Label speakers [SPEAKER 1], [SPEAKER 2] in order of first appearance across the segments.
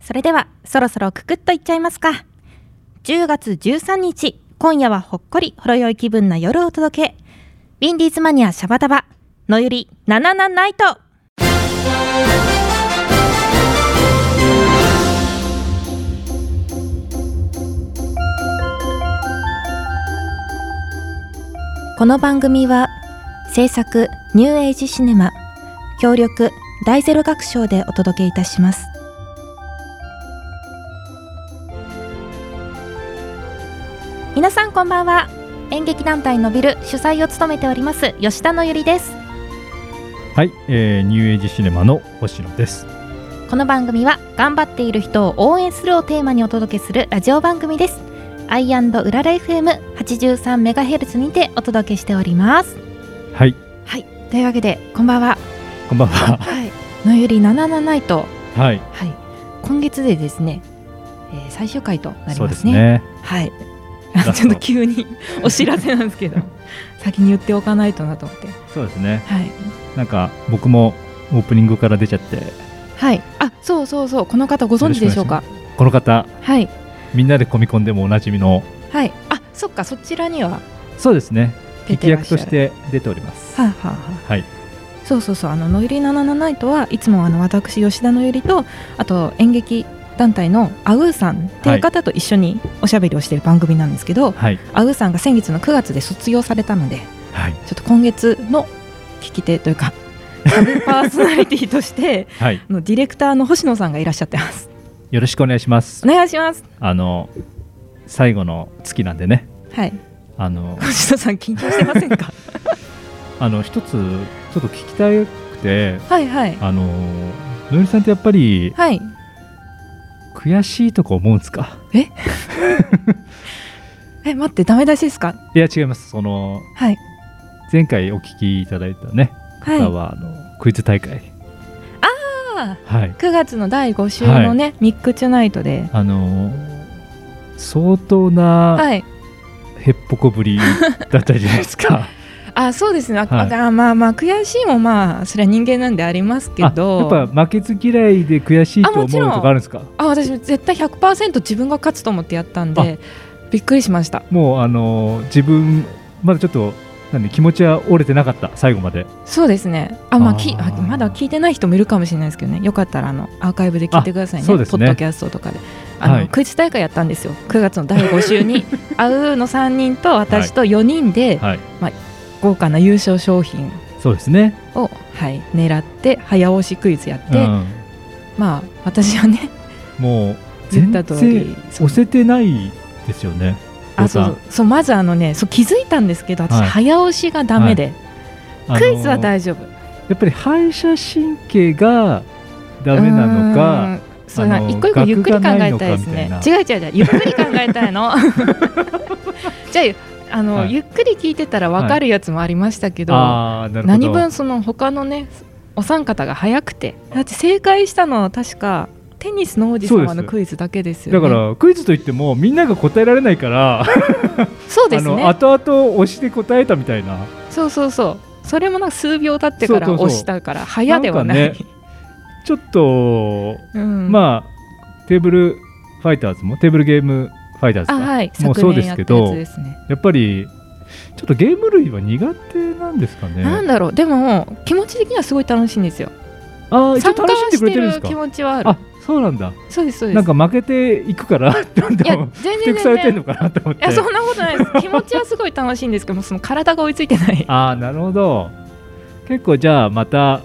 [SPEAKER 1] それではそろそろくくっといっちゃいますか10月13日今夜はほっこりほろ酔い気分な夜をお届けウィンディーズマニアシャバダバのゆりナナナナイトこの番組は制作ニューエイジシネマ協力大ゼロ学賞でお届けいたします皆さんこんばんは演劇団体のびる主催を務めております吉田のゆりです
[SPEAKER 2] はい、えーニューエイジシネマの星野です。
[SPEAKER 1] この番組は頑張っている人を応援するをテーマにお届けするラジオ番組ですアイウララ FM83 メガヘルツにてお届けしております
[SPEAKER 2] はい、
[SPEAKER 1] はいというわけでこんばん は
[SPEAKER 2] こんばん は。
[SPEAKER 1] はいのゆり77ナイト
[SPEAKER 2] はい、
[SPEAKER 1] はい、今月でですね、えー最終回となり
[SPEAKER 2] そう
[SPEAKER 1] ま
[SPEAKER 2] ですす
[SPEAKER 1] ね。
[SPEAKER 2] ね。
[SPEAKER 1] はい
[SPEAKER 2] ラス、ト
[SPEAKER 1] ちょっと急にお知らせなんですけ ど、先に言っておかないとなと思って。
[SPEAKER 2] そうですね。
[SPEAKER 1] はい、
[SPEAKER 2] なんか僕もオープニングから出ちゃって、
[SPEAKER 1] はい、あ、そうそうそう、この方ご存知でしょうか。
[SPEAKER 2] この方
[SPEAKER 1] はい、
[SPEAKER 2] みんなで込み込んでもおなじみの、
[SPEAKER 1] はい、あ、そっか、そちらには
[SPEAKER 2] そうですね。
[SPEAKER 1] 出
[SPEAKER 2] 劇
[SPEAKER 1] てらっ
[SPEAKER 2] 役
[SPEAKER 1] しゃ
[SPEAKER 2] と
[SPEAKER 1] る。
[SPEAKER 2] して出ております。
[SPEAKER 1] はあ、はあはあ
[SPEAKER 2] はい、
[SPEAKER 1] そうそうそう、あのノイリナナナナイトはいつもあの私吉田のゆりと、あと演劇。団体のアウーさんっていう方と一緒におしゃべりをしている番組なんですけど、
[SPEAKER 2] はい、
[SPEAKER 1] アウーさんが先月の9月で卒業されたので
[SPEAKER 2] はい、
[SPEAKER 1] ちょっと今月の聞き手という かパーソナリティとして
[SPEAKER 2] はい。
[SPEAKER 1] あのディレクターの星野さんがいらっしゃってます
[SPEAKER 2] よろしくお願いします
[SPEAKER 1] お。願いします
[SPEAKER 2] あの最後の月なんでね。
[SPEAKER 1] はい
[SPEAKER 2] あの
[SPEAKER 1] 星野さん緊張してません か
[SPEAKER 2] あの一つちょっと聞きたくて、
[SPEAKER 1] はいはい
[SPEAKER 2] あののゆりさんってやっぱり
[SPEAKER 1] はい
[SPEAKER 2] 悔しいとか思うんですか。
[SPEAKER 1] え待ってダメ出しですか
[SPEAKER 2] いや違います。その
[SPEAKER 1] はい
[SPEAKER 2] 前回お聞きいただいたね
[SPEAKER 1] はい
[SPEAKER 2] 方は、あのクイズ大会
[SPEAKER 1] あ
[SPEAKER 2] はい
[SPEAKER 1] ー9月の第5週のね、ミックチュナイトで
[SPEAKER 2] あのー相当な
[SPEAKER 1] はい
[SPEAKER 2] へっぽこぶりだったじゃないですか
[SPEAKER 1] あそうですねあ、
[SPEAKER 2] はい
[SPEAKER 1] あまあまあ悔しいもまあそれは人間なんであります け
[SPEAKER 2] あ
[SPEAKER 1] ど
[SPEAKER 2] やっぱ負けず嫌いで悔しいと
[SPEAKER 1] あ
[SPEAKER 2] 思
[SPEAKER 1] も
[SPEAKER 2] う
[SPEAKER 1] ちろん
[SPEAKER 2] のとかあるんですか
[SPEAKER 1] あ私絶対100%自分が勝つと思ってやったんでびっくりしました
[SPEAKER 2] もうあのー自分まだちょっとなんで気持ちは折れてなかった最後まで
[SPEAKER 1] そうですね。あ、まあ、き、
[SPEAKER 2] あ
[SPEAKER 1] あ
[SPEAKER 2] ー
[SPEAKER 1] まだ聞いてない人もいるかもしれないですけどね。よかったら、あの、アーカイブで聞いてくださいね。
[SPEAKER 2] あそうですね
[SPEAKER 1] ポッドキャストとかで。あの、
[SPEAKER 2] はい
[SPEAKER 1] クイズ大会やったんですよ。9月の第5週 に、あうの3人と私と4人で、
[SPEAKER 2] はい
[SPEAKER 1] 豪華な優勝商品
[SPEAKER 2] そうですね
[SPEAKER 1] を、はい、狙って、早押しクイズやって、
[SPEAKER 2] うん、
[SPEAKER 1] まあ、私はね、
[SPEAKER 2] もう
[SPEAKER 1] 言っ
[SPEAKER 2] 全
[SPEAKER 1] た通り
[SPEAKER 2] 然押せてないですよね
[SPEAKER 1] あ、そうそう、そうまずあのね、そう気づいたんですけど、私、
[SPEAKER 2] はい
[SPEAKER 1] 早押しがダメで、
[SPEAKER 2] ボタン
[SPEAKER 1] クイズは
[SPEAKER 2] あのー
[SPEAKER 1] 大丈夫。
[SPEAKER 2] やっぱり反射神経がダメなのか
[SPEAKER 1] うーんそう
[SPEAKER 2] あ
[SPEAKER 1] な
[SPEAKER 2] の
[SPEAKER 1] 一個一個ゆっくり考えたいです
[SPEAKER 2] 学がな
[SPEAKER 1] ね
[SPEAKER 2] いのかみ
[SPEAKER 1] 違う違う違うゆっくり考えたい のじゃああの、
[SPEAKER 2] はい
[SPEAKER 1] ゆっくり聞いてたら分かるやつもありましたけど、
[SPEAKER 2] ああなるほど
[SPEAKER 1] 何分その他のねお三方が早くてだって正解したのは確かテニスの王子様
[SPEAKER 2] そうで
[SPEAKER 1] の
[SPEAKER 2] す
[SPEAKER 1] クイズだけですよね
[SPEAKER 2] だからクイズといってもみんなが答えられないから、
[SPEAKER 1] そうで
[SPEAKER 2] あ
[SPEAKER 1] す
[SPEAKER 2] の
[SPEAKER 1] ね
[SPEAKER 2] 後々押して答えたみたいな
[SPEAKER 1] そうそうそうそれもなんか数秒経ってから
[SPEAKER 2] そうそうそう
[SPEAKER 1] 押したから早ではない
[SPEAKER 2] なんかちょっと、
[SPEAKER 1] うん、
[SPEAKER 2] まあテーブルファイターズもテーブルゲームファイターズ
[SPEAKER 1] あ
[SPEAKER 2] か
[SPEAKER 1] はい
[SPEAKER 2] もう
[SPEAKER 1] 昨
[SPEAKER 2] そうで
[SPEAKER 1] 年や
[SPEAKER 2] す
[SPEAKER 1] った
[SPEAKER 2] け
[SPEAKER 1] やつ
[SPEAKER 2] ど
[SPEAKER 1] ですね
[SPEAKER 2] やっぱりちょっとゲーム類は苦手なんですかね
[SPEAKER 1] なんだろうでも気持ち的にはすごい楽しいんですよ
[SPEAKER 2] ああ一応
[SPEAKER 1] 参加は
[SPEAKER 2] 楽しんで
[SPEAKER 1] し
[SPEAKER 2] くれ
[SPEAKER 1] て
[SPEAKER 2] てるん
[SPEAKER 1] る
[SPEAKER 2] です
[SPEAKER 1] 気
[SPEAKER 2] か
[SPEAKER 1] 持ちはある
[SPEAKER 2] あそうなんだ
[SPEAKER 1] そうですそうです
[SPEAKER 2] なんか負けていくから どん
[SPEAKER 1] い
[SPEAKER 2] ど
[SPEAKER 1] や
[SPEAKER 2] ん
[SPEAKER 1] 全
[SPEAKER 2] ふて
[SPEAKER 1] 然
[SPEAKER 2] くされて
[SPEAKER 1] 全
[SPEAKER 2] る
[SPEAKER 1] 然
[SPEAKER 2] のかなと思
[SPEAKER 1] い
[SPEAKER 2] って
[SPEAKER 1] やそんなことないです気持ちはすごい楽しいんですけどもその体が追いついてない
[SPEAKER 2] ああなるほど結構じゃあまたあ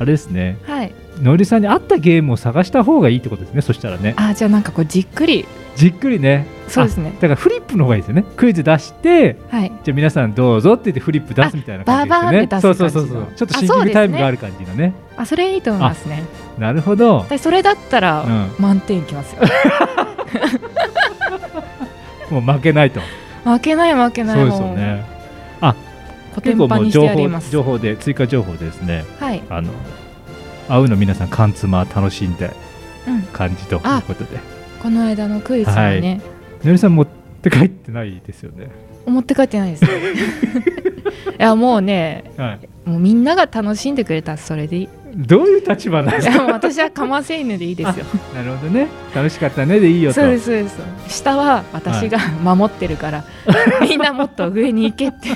[SPEAKER 2] れですね
[SPEAKER 1] はい
[SPEAKER 2] のりさんに合ったゲームを探した方がいいってことですねそしたらね
[SPEAKER 1] あじゃあなんかこうじっくり
[SPEAKER 2] じっくりね
[SPEAKER 1] そうですね
[SPEAKER 2] だからフリップの方がいいですよねクイズ出して
[SPEAKER 1] はい
[SPEAKER 2] じゃあ皆さんどうぞって言ってフリップ出すみたいな感じですよ
[SPEAKER 1] あ
[SPEAKER 2] ね
[SPEAKER 1] バーバーって出す
[SPEAKER 2] そ
[SPEAKER 1] 感
[SPEAKER 2] う
[SPEAKER 1] じ
[SPEAKER 2] そ
[SPEAKER 1] の
[SPEAKER 2] うそうそうちょっとシン
[SPEAKER 1] あそうで
[SPEAKER 2] キング
[SPEAKER 1] すね
[SPEAKER 2] タイムがある感じのね
[SPEAKER 1] あそれいいと思いますね
[SPEAKER 2] なるほど、
[SPEAKER 1] でそれだったら、
[SPEAKER 2] うん、
[SPEAKER 1] 満点いき ますよ
[SPEAKER 2] もう負けないと
[SPEAKER 1] 負けない負けない
[SPEAKER 2] そうです
[SPEAKER 1] も
[SPEAKER 2] よ
[SPEAKER 1] う
[SPEAKER 2] ね
[SPEAKER 1] コテ
[SPEAKER 2] 結
[SPEAKER 1] ン
[SPEAKER 2] 構
[SPEAKER 1] パ
[SPEAKER 2] も
[SPEAKER 1] ン
[SPEAKER 2] う
[SPEAKER 1] にして
[SPEAKER 2] 情
[SPEAKER 1] やり
[SPEAKER 2] 報
[SPEAKER 1] ます
[SPEAKER 2] 情報で追加情報でですね
[SPEAKER 1] はい、
[SPEAKER 2] あの会うの皆さん缶つま楽しんで
[SPEAKER 1] うん、
[SPEAKER 2] 感じということで
[SPEAKER 1] この間のクイズはね、
[SPEAKER 2] のりさん持って帰ってないですよね
[SPEAKER 1] 思って帰ってないです ねいやもうね
[SPEAKER 2] はい
[SPEAKER 1] もうみんなが楽しんでくれたらそれでいい
[SPEAKER 2] どういう立場なんで す
[SPEAKER 3] やもう私はカマセイヌでいいですよ
[SPEAKER 2] かなるほどね楽しかったねでいいよと
[SPEAKER 3] そうですそうです下は私が守ってる から、みんなもっと上に行けって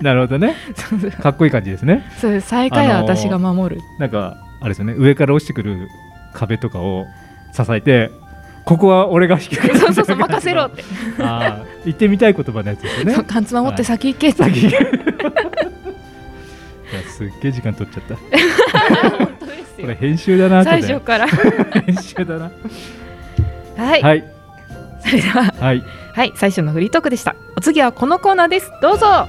[SPEAKER 2] なるほどね
[SPEAKER 3] そうそう
[SPEAKER 2] かっこいい感じですね
[SPEAKER 3] そうです最下位は私が守る、
[SPEAKER 2] なんかあれですよね上から落ちてくる壁とかを支えてここは俺が引き受ける
[SPEAKER 3] そうそうそう任せろって、
[SPEAKER 2] あー言ってみたい言葉のやつですよね
[SPEAKER 3] そう貫通守って先行けって、
[SPEAKER 2] 先 いやすっげえ時間取っちゃったこ
[SPEAKER 3] 本当です
[SPEAKER 2] れ
[SPEAKER 3] よ
[SPEAKER 2] 編集だな後
[SPEAKER 3] 最
[SPEAKER 2] で
[SPEAKER 3] 初から
[SPEAKER 2] 編集だな
[SPEAKER 3] はい、
[SPEAKER 2] はい
[SPEAKER 3] それでは
[SPEAKER 2] はい
[SPEAKER 3] はい、最初のフリートークでした。お次はこのコーナーです。どうぞ。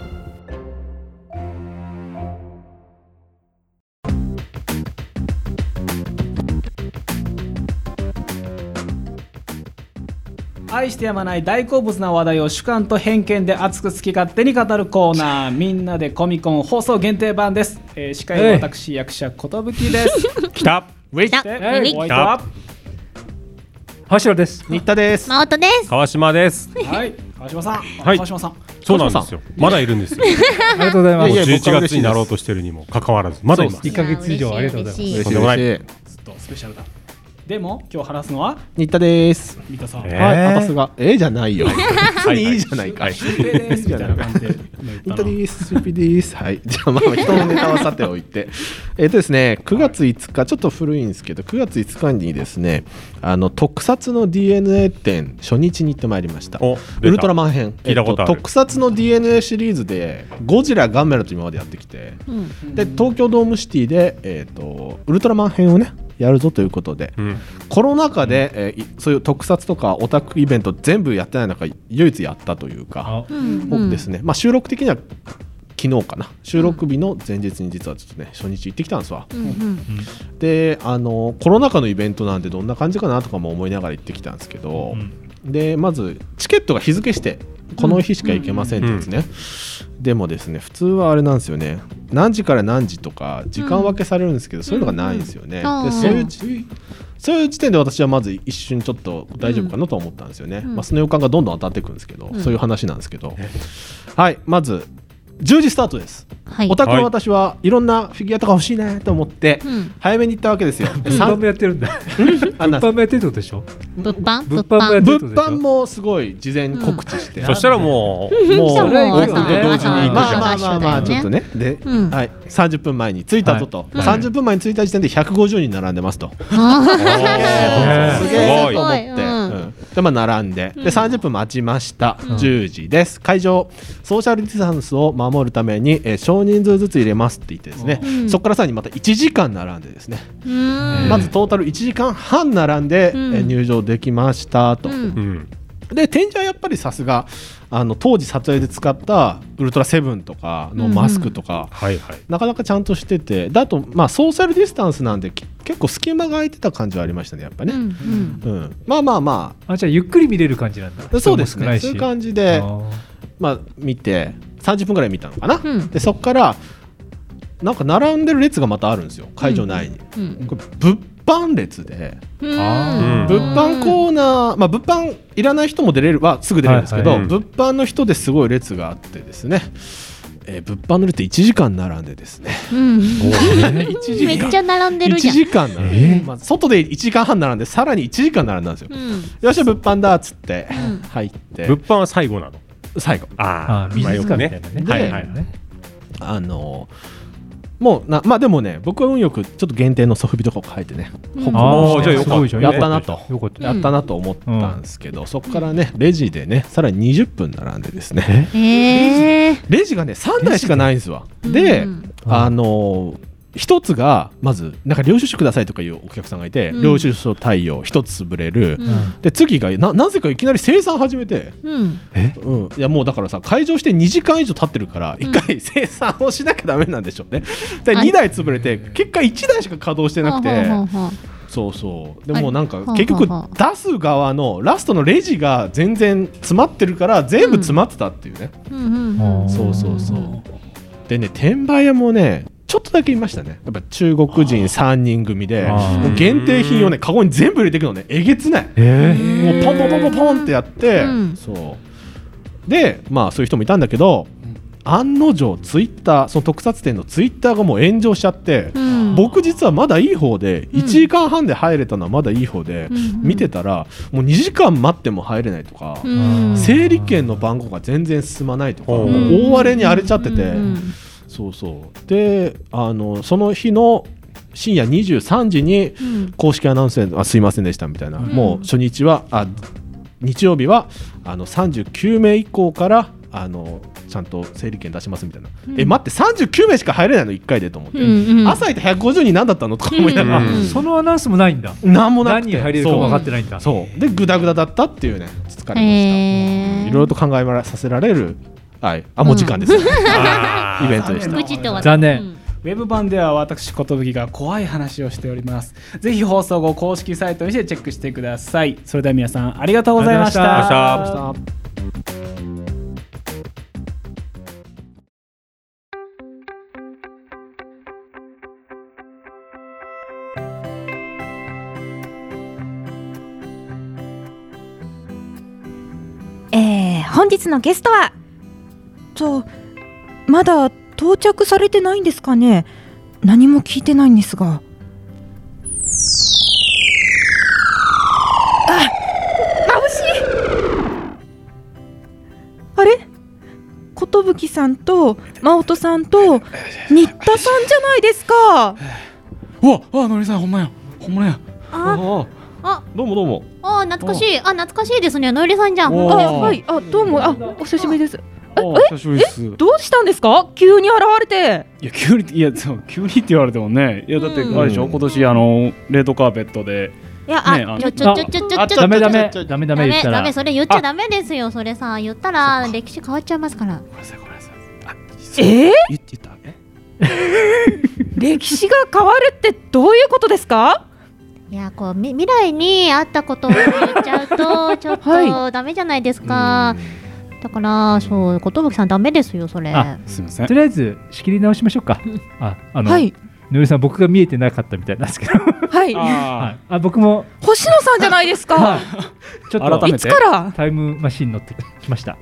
[SPEAKER 4] 愛してやまない大好物な話題を主観と偏見で熱く好き勝手に語るコーナーみんなでコミコン放送限定版です、えー、司会は私役者ことぶきです
[SPEAKER 5] きたウェイ
[SPEAKER 6] 来た
[SPEAKER 4] で
[SPEAKER 6] えい
[SPEAKER 4] お相手は
[SPEAKER 2] 柱です
[SPEAKER 5] 新田です
[SPEAKER 6] マオトです。
[SPEAKER 5] 川島です
[SPEAKER 4] はい川島さん、
[SPEAKER 5] はい
[SPEAKER 4] 川島さん
[SPEAKER 5] そうなんですよまだいるんですよ
[SPEAKER 2] ありがとうございま
[SPEAKER 5] も
[SPEAKER 2] す
[SPEAKER 5] う
[SPEAKER 7] いやいや
[SPEAKER 5] 11
[SPEAKER 7] 僕は嬉しいです
[SPEAKER 5] 月になろうとしてるにもかかわらずまだいます
[SPEAKER 7] そう
[SPEAKER 2] 一ヶ月以上ありがとうございます
[SPEAKER 7] 嬉し
[SPEAKER 5] とん
[SPEAKER 7] い
[SPEAKER 5] でもない
[SPEAKER 7] 嬉しい
[SPEAKER 4] ずっとスペシャルだでも今日話すのは
[SPEAKER 7] 新田です。
[SPEAKER 4] 三田さん、
[SPEAKER 5] えー
[SPEAKER 7] はい、私が、えー、じゃないよ。別に いいじゃないか。
[SPEAKER 5] はい
[SPEAKER 7] 新
[SPEAKER 4] 新平ですみたいな感じで今言
[SPEAKER 7] 田
[SPEAKER 4] ったな
[SPEAKER 7] です、スイピです。 はい、じゃあ、まあ、人のネタはさておいて。 えっとですね、9月5日、ちょっと古いんですけど、9月5日にですね。あの特撮の DNA 展、初日に行ってまいりました。
[SPEAKER 5] お
[SPEAKER 7] ウルトラマ
[SPEAKER 5] ン
[SPEAKER 7] ン編
[SPEAKER 5] 聞いたことある
[SPEAKER 7] えっ特撮の DNA シリーズでゴジラガンメラと今までやってきて、で東京ドームシティで、えっとウルトラマン編をねやるぞということで、
[SPEAKER 5] うん
[SPEAKER 7] コロナ禍で、えーいそういう特撮とかオタクイベント全部やってない中唯一やったというか、
[SPEAKER 2] あ
[SPEAKER 7] 僕ですね、まあ、収録的には昨日かな収録日の前日に実はちょっとね初日行ってきたんですわ、であのコロナ禍のイベントなんでどんな感じかなとかも思いながら行ってきたんですけど、
[SPEAKER 2] うん
[SPEAKER 7] でまずチケットが日付してこの日しか行けませんってですね、でもですね普通はあれなんですよね何時から何時とか時間分けされるんですけど、そういうのがないんですよね、
[SPEAKER 6] うんうん
[SPEAKER 7] でそういうじそういう時点で私はまず一瞬ちょっと大丈夫かなと思ったんですよね、まあ、その予感がどんどん当たっていくんですけど、そういう話なんですけどはいまず10時スタートです
[SPEAKER 6] はい
[SPEAKER 7] オ。タクの私はいろんなフィギュアとか欲しいなと思って
[SPEAKER 6] うん
[SPEAKER 7] 早めに行ったわけですよ、
[SPEAKER 2] 物販もやってるんだ
[SPEAKER 7] あな
[SPEAKER 2] 物販もやってるってことでしょ
[SPEAKER 6] 物販
[SPEAKER 2] 物販もやってる
[SPEAKER 7] 物
[SPEAKER 2] ってことでしょ
[SPEAKER 7] 販もすごい事前に告知して、
[SPEAKER 5] そしたらも う
[SPEAKER 7] も
[SPEAKER 6] じゃあもう
[SPEAKER 7] 僕と
[SPEAKER 6] 朝
[SPEAKER 7] 同時にまあ
[SPEAKER 6] 朝
[SPEAKER 7] まあまあまあ
[SPEAKER 6] 朝
[SPEAKER 7] ちょっとねで、
[SPEAKER 6] うん
[SPEAKER 7] はい30分前に着いたぞと、30分前に着いた時点で150人並んでますと、
[SPEAKER 5] あー
[SPEAKER 7] す
[SPEAKER 5] す
[SPEAKER 7] げえ
[SPEAKER 5] ごい
[SPEAKER 7] と思って、
[SPEAKER 6] すごいうん
[SPEAKER 7] うんでまあ並んでで30分待ちました、10時です会場ソーシャルディスタンスを守るために、えー少人数ずつ入れますって言ってですね、
[SPEAKER 6] ん
[SPEAKER 7] そこからさらにまた1時間並んでですね、
[SPEAKER 6] うん
[SPEAKER 7] まずトータル1時間半並んで、
[SPEAKER 6] うん
[SPEAKER 7] えー入場できましたと。
[SPEAKER 6] うん
[SPEAKER 5] うん
[SPEAKER 7] で展示はやっぱりさすがあの当時撮影で使ったウルトラセブンとかのマスクとか、
[SPEAKER 5] はいはい
[SPEAKER 7] なかなかちゃんとしててだと、まあ、ソーシャルディスタンスなんでき結構隙間が空いてた感じはありましたねやっぱ
[SPEAKER 6] う
[SPEAKER 7] ね、
[SPEAKER 6] ん
[SPEAKER 7] うんまあまあま
[SPEAKER 2] あじゃあゆっくり見れる感じなんだ
[SPEAKER 7] あそうです
[SPEAKER 2] 人も少な
[SPEAKER 7] ね
[SPEAKER 2] い
[SPEAKER 7] そう
[SPEAKER 2] し
[SPEAKER 7] いう感じ
[SPEAKER 2] あ
[SPEAKER 7] で
[SPEAKER 2] ー
[SPEAKER 7] まあ、見て30分ぐらい見たのかな、
[SPEAKER 6] うん
[SPEAKER 7] でそこからなんか並んでる列がまたあるんですよ会場内に、
[SPEAKER 6] うん
[SPEAKER 7] これ物販列で
[SPEAKER 6] うん
[SPEAKER 5] あー
[SPEAKER 7] 物販コーナー、まあ、物販いらない人も出れるはすぐ出れるんですけど、
[SPEAKER 5] はいはい
[SPEAKER 7] 物販の人ですごい列があってですね、えー物販の列1時間並んでですね
[SPEAKER 6] うん
[SPEAKER 7] 1時
[SPEAKER 6] めっ
[SPEAKER 7] 間
[SPEAKER 6] ちゃ並んでるじ
[SPEAKER 7] 1
[SPEAKER 6] ゃん。
[SPEAKER 7] 時間並んで、まあ、外で1時間半並んでさらに1時間並んだんですよ、
[SPEAKER 6] うん
[SPEAKER 7] よっしゃ物販だっつって入って、
[SPEAKER 5] 物販は最後なの
[SPEAKER 7] 最後
[SPEAKER 5] あ
[SPEAKER 2] あ
[SPEAKER 5] あ
[SPEAKER 2] 美
[SPEAKER 5] まあよ
[SPEAKER 2] 術
[SPEAKER 5] く
[SPEAKER 2] 館みた
[SPEAKER 5] ね
[SPEAKER 2] いなね
[SPEAKER 5] はい はい
[SPEAKER 2] ね
[SPEAKER 7] あのーもうなまあでもね僕は運よくちょっと限定のソフビとかを書いてね、
[SPEAKER 6] うん
[SPEAKER 7] ほ
[SPEAKER 6] あ
[SPEAKER 5] ああじゃあよ
[SPEAKER 2] す
[SPEAKER 5] か
[SPEAKER 2] ご
[SPEAKER 5] っ
[SPEAKER 2] いじゃ
[SPEAKER 5] た
[SPEAKER 2] ん
[SPEAKER 7] やったなと
[SPEAKER 2] よかった
[SPEAKER 7] やったなと思ったんですけど、そこからねレジでねさらに20分並んでですね、
[SPEAKER 6] ええ。
[SPEAKER 7] レジがね3台しかないんですわ
[SPEAKER 6] レジ
[SPEAKER 7] で、
[SPEAKER 6] うん
[SPEAKER 7] あのー一つがまずなんか領収書くださいとかいうお客さんがいて、
[SPEAKER 6] うん
[SPEAKER 7] 領収書対応一つ潰れる、
[SPEAKER 6] うん
[SPEAKER 7] で次がななぜかいきなり生産始めて、
[SPEAKER 6] うん
[SPEAKER 7] うん、いやもうだからさ会場して2時間以上経ってるから
[SPEAKER 6] ん
[SPEAKER 7] 1回生産をしなきゃダメなんでしょうね、で
[SPEAKER 6] はい
[SPEAKER 7] 2台潰れて結果1台しか稼働してなく
[SPEAKER 6] ほう
[SPEAKER 7] て、
[SPEAKER 6] ほうほうほ
[SPEAKER 7] そうそうで
[SPEAKER 6] はい
[SPEAKER 7] もうなんか
[SPEAKER 6] はあ
[SPEAKER 7] 結局
[SPEAKER 6] は
[SPEAKER 7] 出す側のラストのレジが全然詰まってるから全部詰まってたっていうね、
[SPEAKER 6] ううんうんうん。
[SPEAKER 7] そうそうそう。でね、転売屋もね、ちょっとだけいましたね。やっぱ中国人3人組で、
[SPEAKER 2] あー
[SPEAKER 7] もう限定品をね、カゴに全部入れていくのね、えげつない。
[SPEAKER 2] えー
[SPEAKER 7] もうポンポンポンポンポンってやって、
[SPEAKER 6] うん
[SPEAKER 7] そう。で、まあそういう人もいたんだけど、案の定ツイッターその特撮展のツイッターがもう炎上しちゃって、
[SPEAKER 6] うん
[SPEAKER 7] 僕実はまだいい方で1時間半で入れたのはまだいい方で、
[SPEAKER 6] うん
[SPEAKER 7] 見てたらもう2時間待っても入れないとか、
[SPEAKER 6] うん
[SPEAKER 7] 整理券の番号が全然進まないとか、
[SPEAKER 5] うん
[SPEAKER 7] もう大荒れに荒れちゃってて、
[SPEAKER 6] うん
[SPEAKER 7] そうそうであのその日の深夜23時に
[SPEAKER 6] うん
[SPEAKER 7] 公式アナウンスであすいませんでしたみたいな、もう初日はあ日曜日はあの39名以降からあのちゃんと整理券出しますみたいな、え待って39名しか入れないの1回でと思って、
[SPEAKER 6] うんうん
[SPEAKER 7] 朝行って150人何だったのとか思いながら、
[SPEAKER 5] うん
[SPEAKER 2] そのアナウンスもないんだ
[SPEAKER 7] 何もな
[SPEAKER 2] 何
[SPEAKER 7] く
[SPEAKER 2] 人
[SPEAKER 7] て
[SPEAKER 2] 入れるか分かってないんだ
[SPEAKER 7] そうそうでグダグダだったっていうね疲れまし
[SPEAKER 6] へ
[SPEAKER 7] た
[SPEAKER 6] ー
[SPEAKER 7] いろいろと考えさせられるはいあもう時間です、イベントでした
[SPEAKER 6] プチッと終わった
[SPEAKER 2] 残念
[SPEAKER 4] ウェブ版では私寿が怖い話をしておりますぜひ放送後公式サイトにしてチェックしてくださいそれでは皆さんありがとうございまし
[SPEAKER 2] ありがとうございました
[SPEAKER 4] た
[SPEAKER 1] えー、本日のゲストはとまだ到着されてないんですかね何も聞いてないんですがあ眩しいあれ寿さんと真音さんと新田さんじゃないですか
[SPEAKER 4] うわあのりさんほんまやほんまや
[SPEAKER 6] ああ
[SPEAKER 7] どうもどうも
[SPEAKER 6] あ懐かしいあ懐かしいですねのよりさんじゃん
[SPEAKER 7] お
[SPEAKER 1] あ
[SPEAKER 7] ー
[SPEAKER 1] はいあどうもあお久しぶりです
[SPEAKER 4] お久しぶりですい
[SPEAKER 1] どうしたんですか急に現れて
[SPEAKER 4] や急にいやそう急にって言われてもねいやだって
[SPEAKER 6] うん
[SPEAKER 4] あれでしょ今年あのレッドカーペットで
[SPEAKER 6] いや
[SPEAKER 4] ね
[SPEAKER 6] あ
[SPEAKER 4] あ
[SPEAKER 6] ちょちょちょちょちょ
[SPEAKER 7] あ
[SPEAKER 6] ちょ
[SPEAKER 2] ダメダメダメダ
[SPEAKER 6] ダ
[SPEAKER 2] メ言っ
[SPEAKER 6] メ
[SPEAKER 2] た
[SPEAKER 6] ダ
[SPEAKER 2] ら
[SPEAKER 6] メそれ言っちゃダメですよそれさ言ったら歴史変わっちゃいますから
[SPEAKER 4] ごめんなさいごめんなさいあ
[SPEAKER 1] えー、
[SPEAKER 4] 言ってたえ
[SPEAKER 1] 歴史が変わるってどういうことですか
[SPEAKER 6] いやこうみ未来にあったことを言っちゃうとちょっ
[SPEAKER 1] は
[SPEAKER 6] とダメじゃないですかだからそう寿さんダメですよそれ
[SPEAKER 2] あ
[SPEAKER 4] すいません
[SPEAKER 2] とりあえず仕切り直しましょうかああの、
[SPEAKER 1] はい
[SPEAKER 2] のりさん僕が見えてなかったみたいなんですけど、
[SPEAKER 1] はい
[SPEAKER 2] は
[SPEAKER 4] あ
[SPEAKER 2] い、あ僕も、
[SPEAKER 1] 星野さんじゃないです
[SPEAKER 2] は
[SPEAKER 1] か
[SPEAKER 2] い、ちょっ
[SPEAKER 4] 改
[SPEAKER 2] と
[SPEAKER 4] め
[SPEAKER 1] い
[SPEAKER 4] て
[SPEAKER 1] つから
[SPEAKER 2] タイムマシン乗ってきました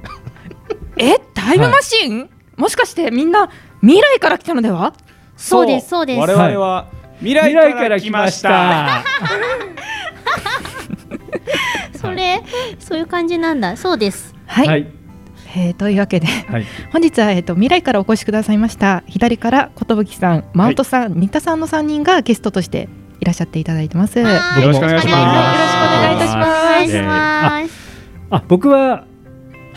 [SPEAKER 1] えタイムマシン、もしかしてみんな未来から来たのでは
[SPEAKER 6] そうですそうです
[SPEAKER 4] 我々は未来から来ました
[SPEAKER 6] それそういう感じなんだそうです
[SPEAKER 1] はい、
[SPEAKER 2] はい
[SPEAKER 1] えーというわけで
[SPEAKER 2] はい
[SPEAKER 1] 本日は、えー、と未来からお越しくださいました左から寿さんマウントさん、新田さんの3人がゲストとしていらっしゃっていただいてます。は
[SPEAKER 6] はー
[SPEAKER 2] よろしくお願いします
[SPEAKER 6] よろしくお願いいたしますお願いします
[SPEAKER 2] あ僕は、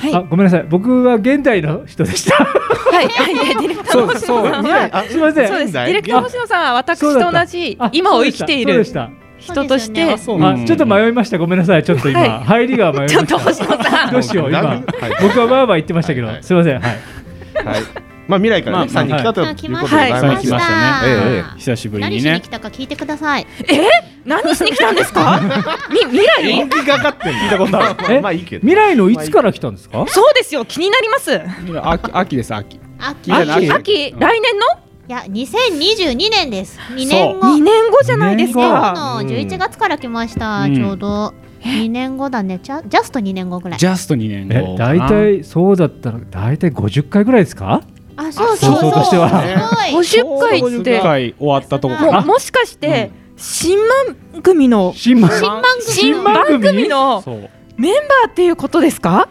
[SPEAKER 1] い、
[SPEAKER 2] あ
[SPEAKER 1] は
[SPEAKER 2] ごめんなさい僕は現代の人でした
[SPEAKER 1] い、はい、ディレクターの星野さんは
[SPEAKER 7] あ
[SPEAKER 2] すいません
[SPEAKER 1] そうです。デ
[SPEAKER 7] 現代
[SPEAKER 1] ィレクターの星野さんは私
[SPEAKER 2] そうだ
[SPEAKER 1] と
[SPEAKER 2] った
[SPEAKER 1] 同じ
[SPEAKER 2] あ
[SPEAKER 1] 今を生きてい
[SPEAKER 2] そうで
[SPEAKER 1] る
[SPEAKER 2] した
[SPEAKER 1] 人とし
[SPEAKER 6] そう
[SPEAKER 1] て
[SPEAKER 6] で、
[SPEAKER 7] そう
[SPEAKER 2] あ
[SPEAKER 4] うん
[SPEAKER 2] ちょっと迷いましたごめんなさいちょっと今、
[SPEAKER 1] はい
[SPEAKER 2] 入りが迷いまし
[SPEAKER 1] ちょったと星野 さん
[SPEAKER 2] どうしよう今
[SPEAKER 7] はい
[SPEAKER 2] 僕はバーバー言ってましたけど、
[SPEAKER 7] はいはい
[SPEAKER 2] すいませんはい
[SPEAKER 7] はい。まあ未来からね、
[SPEAKER 4] まあ
[SPEAKER 7] 三人来たという
[SPEAKER 6] あ
[SPEAKER 7] こと
[SPEAKER 6] 来
[SPEAKER 7] で
[SPEAKER 6] ま
[SPEAKER 7] ご
[SPEAKER 6] した
[SPEAKER 7] ざい
[SPEAKER 4] は
[SPEAKER 7] ま
[SPEAKER 4] い
[SPEAKER 7] す
[SPEAKER 4] 来ました
[SPEAKER 7] ねえええ
[SPEAKER 4] 久しぶり
[SPEAKER 6] 何
[SPEAKER 4] に
[SPEAKER 6] しに
[SPEAKER 4] ね
[SPEAKER 6] 来たか聞いてください
[SPEAKER 1] 何しに来たんですかみ未来
[SPEAKER 7] 演技がかってん聞いたことあ
[SPEAKER 2] え
[SPEAKER 7] まあいいけど。
[SPEAKER 2] 未来のいつから来たんですか
[SPEAKER 1] そうですよ気になります
[SPEAKER 4] 秋秋です秋
[SPEAKER 6] 秋い
[SPEAKER 4] や
[SPEAKER 1] 秋
[SPEAKER 4] 秋
[SPEAKER 1] 秋、
[SPEAKER 4] うん
[SPEAKER 1] 来年の
[SPEAKER 6] や2022年です2年後
[SPEAKER 1] 2年後じゃないです
[SPEAKER 2] 二年後
[SPEAKER 6] 今
[SPEAKER 1] か
[SPEAKER 6] の11月から来ました、
[SPEAKER 4] うん
[SPEAKER 6] ちょうど2年後だねじゃジャスト2年後ぐらい
[SPEAKER 4] ジャスト2年
[SPEAKER 2] え
[SPEAKER 4] 後
[SPEAKER 2] 大体そうだったら大体50回ぐらいですか
[SPEAKER 6] あそうそうそ
[SPEAKER 2] そううそうとしては
[SPEAKER 6] すごい
[SPEAKER 1] 50回
[SPEAKER 4] 50
[SPEAKER 1] って
[SPEAKER 4] 回終わったとこか
[SPEAKER 1] も
[SPEAKER 4] ら
[SPEAKER 1] うもしかして新番組の
[SPEAKER 2] 新番
[SPEAKER 6] 新番組
[SPEAKER 1] 新番組の
[SPEAKER 4] そう
[SPEAKER 1] メンバーっていうことですか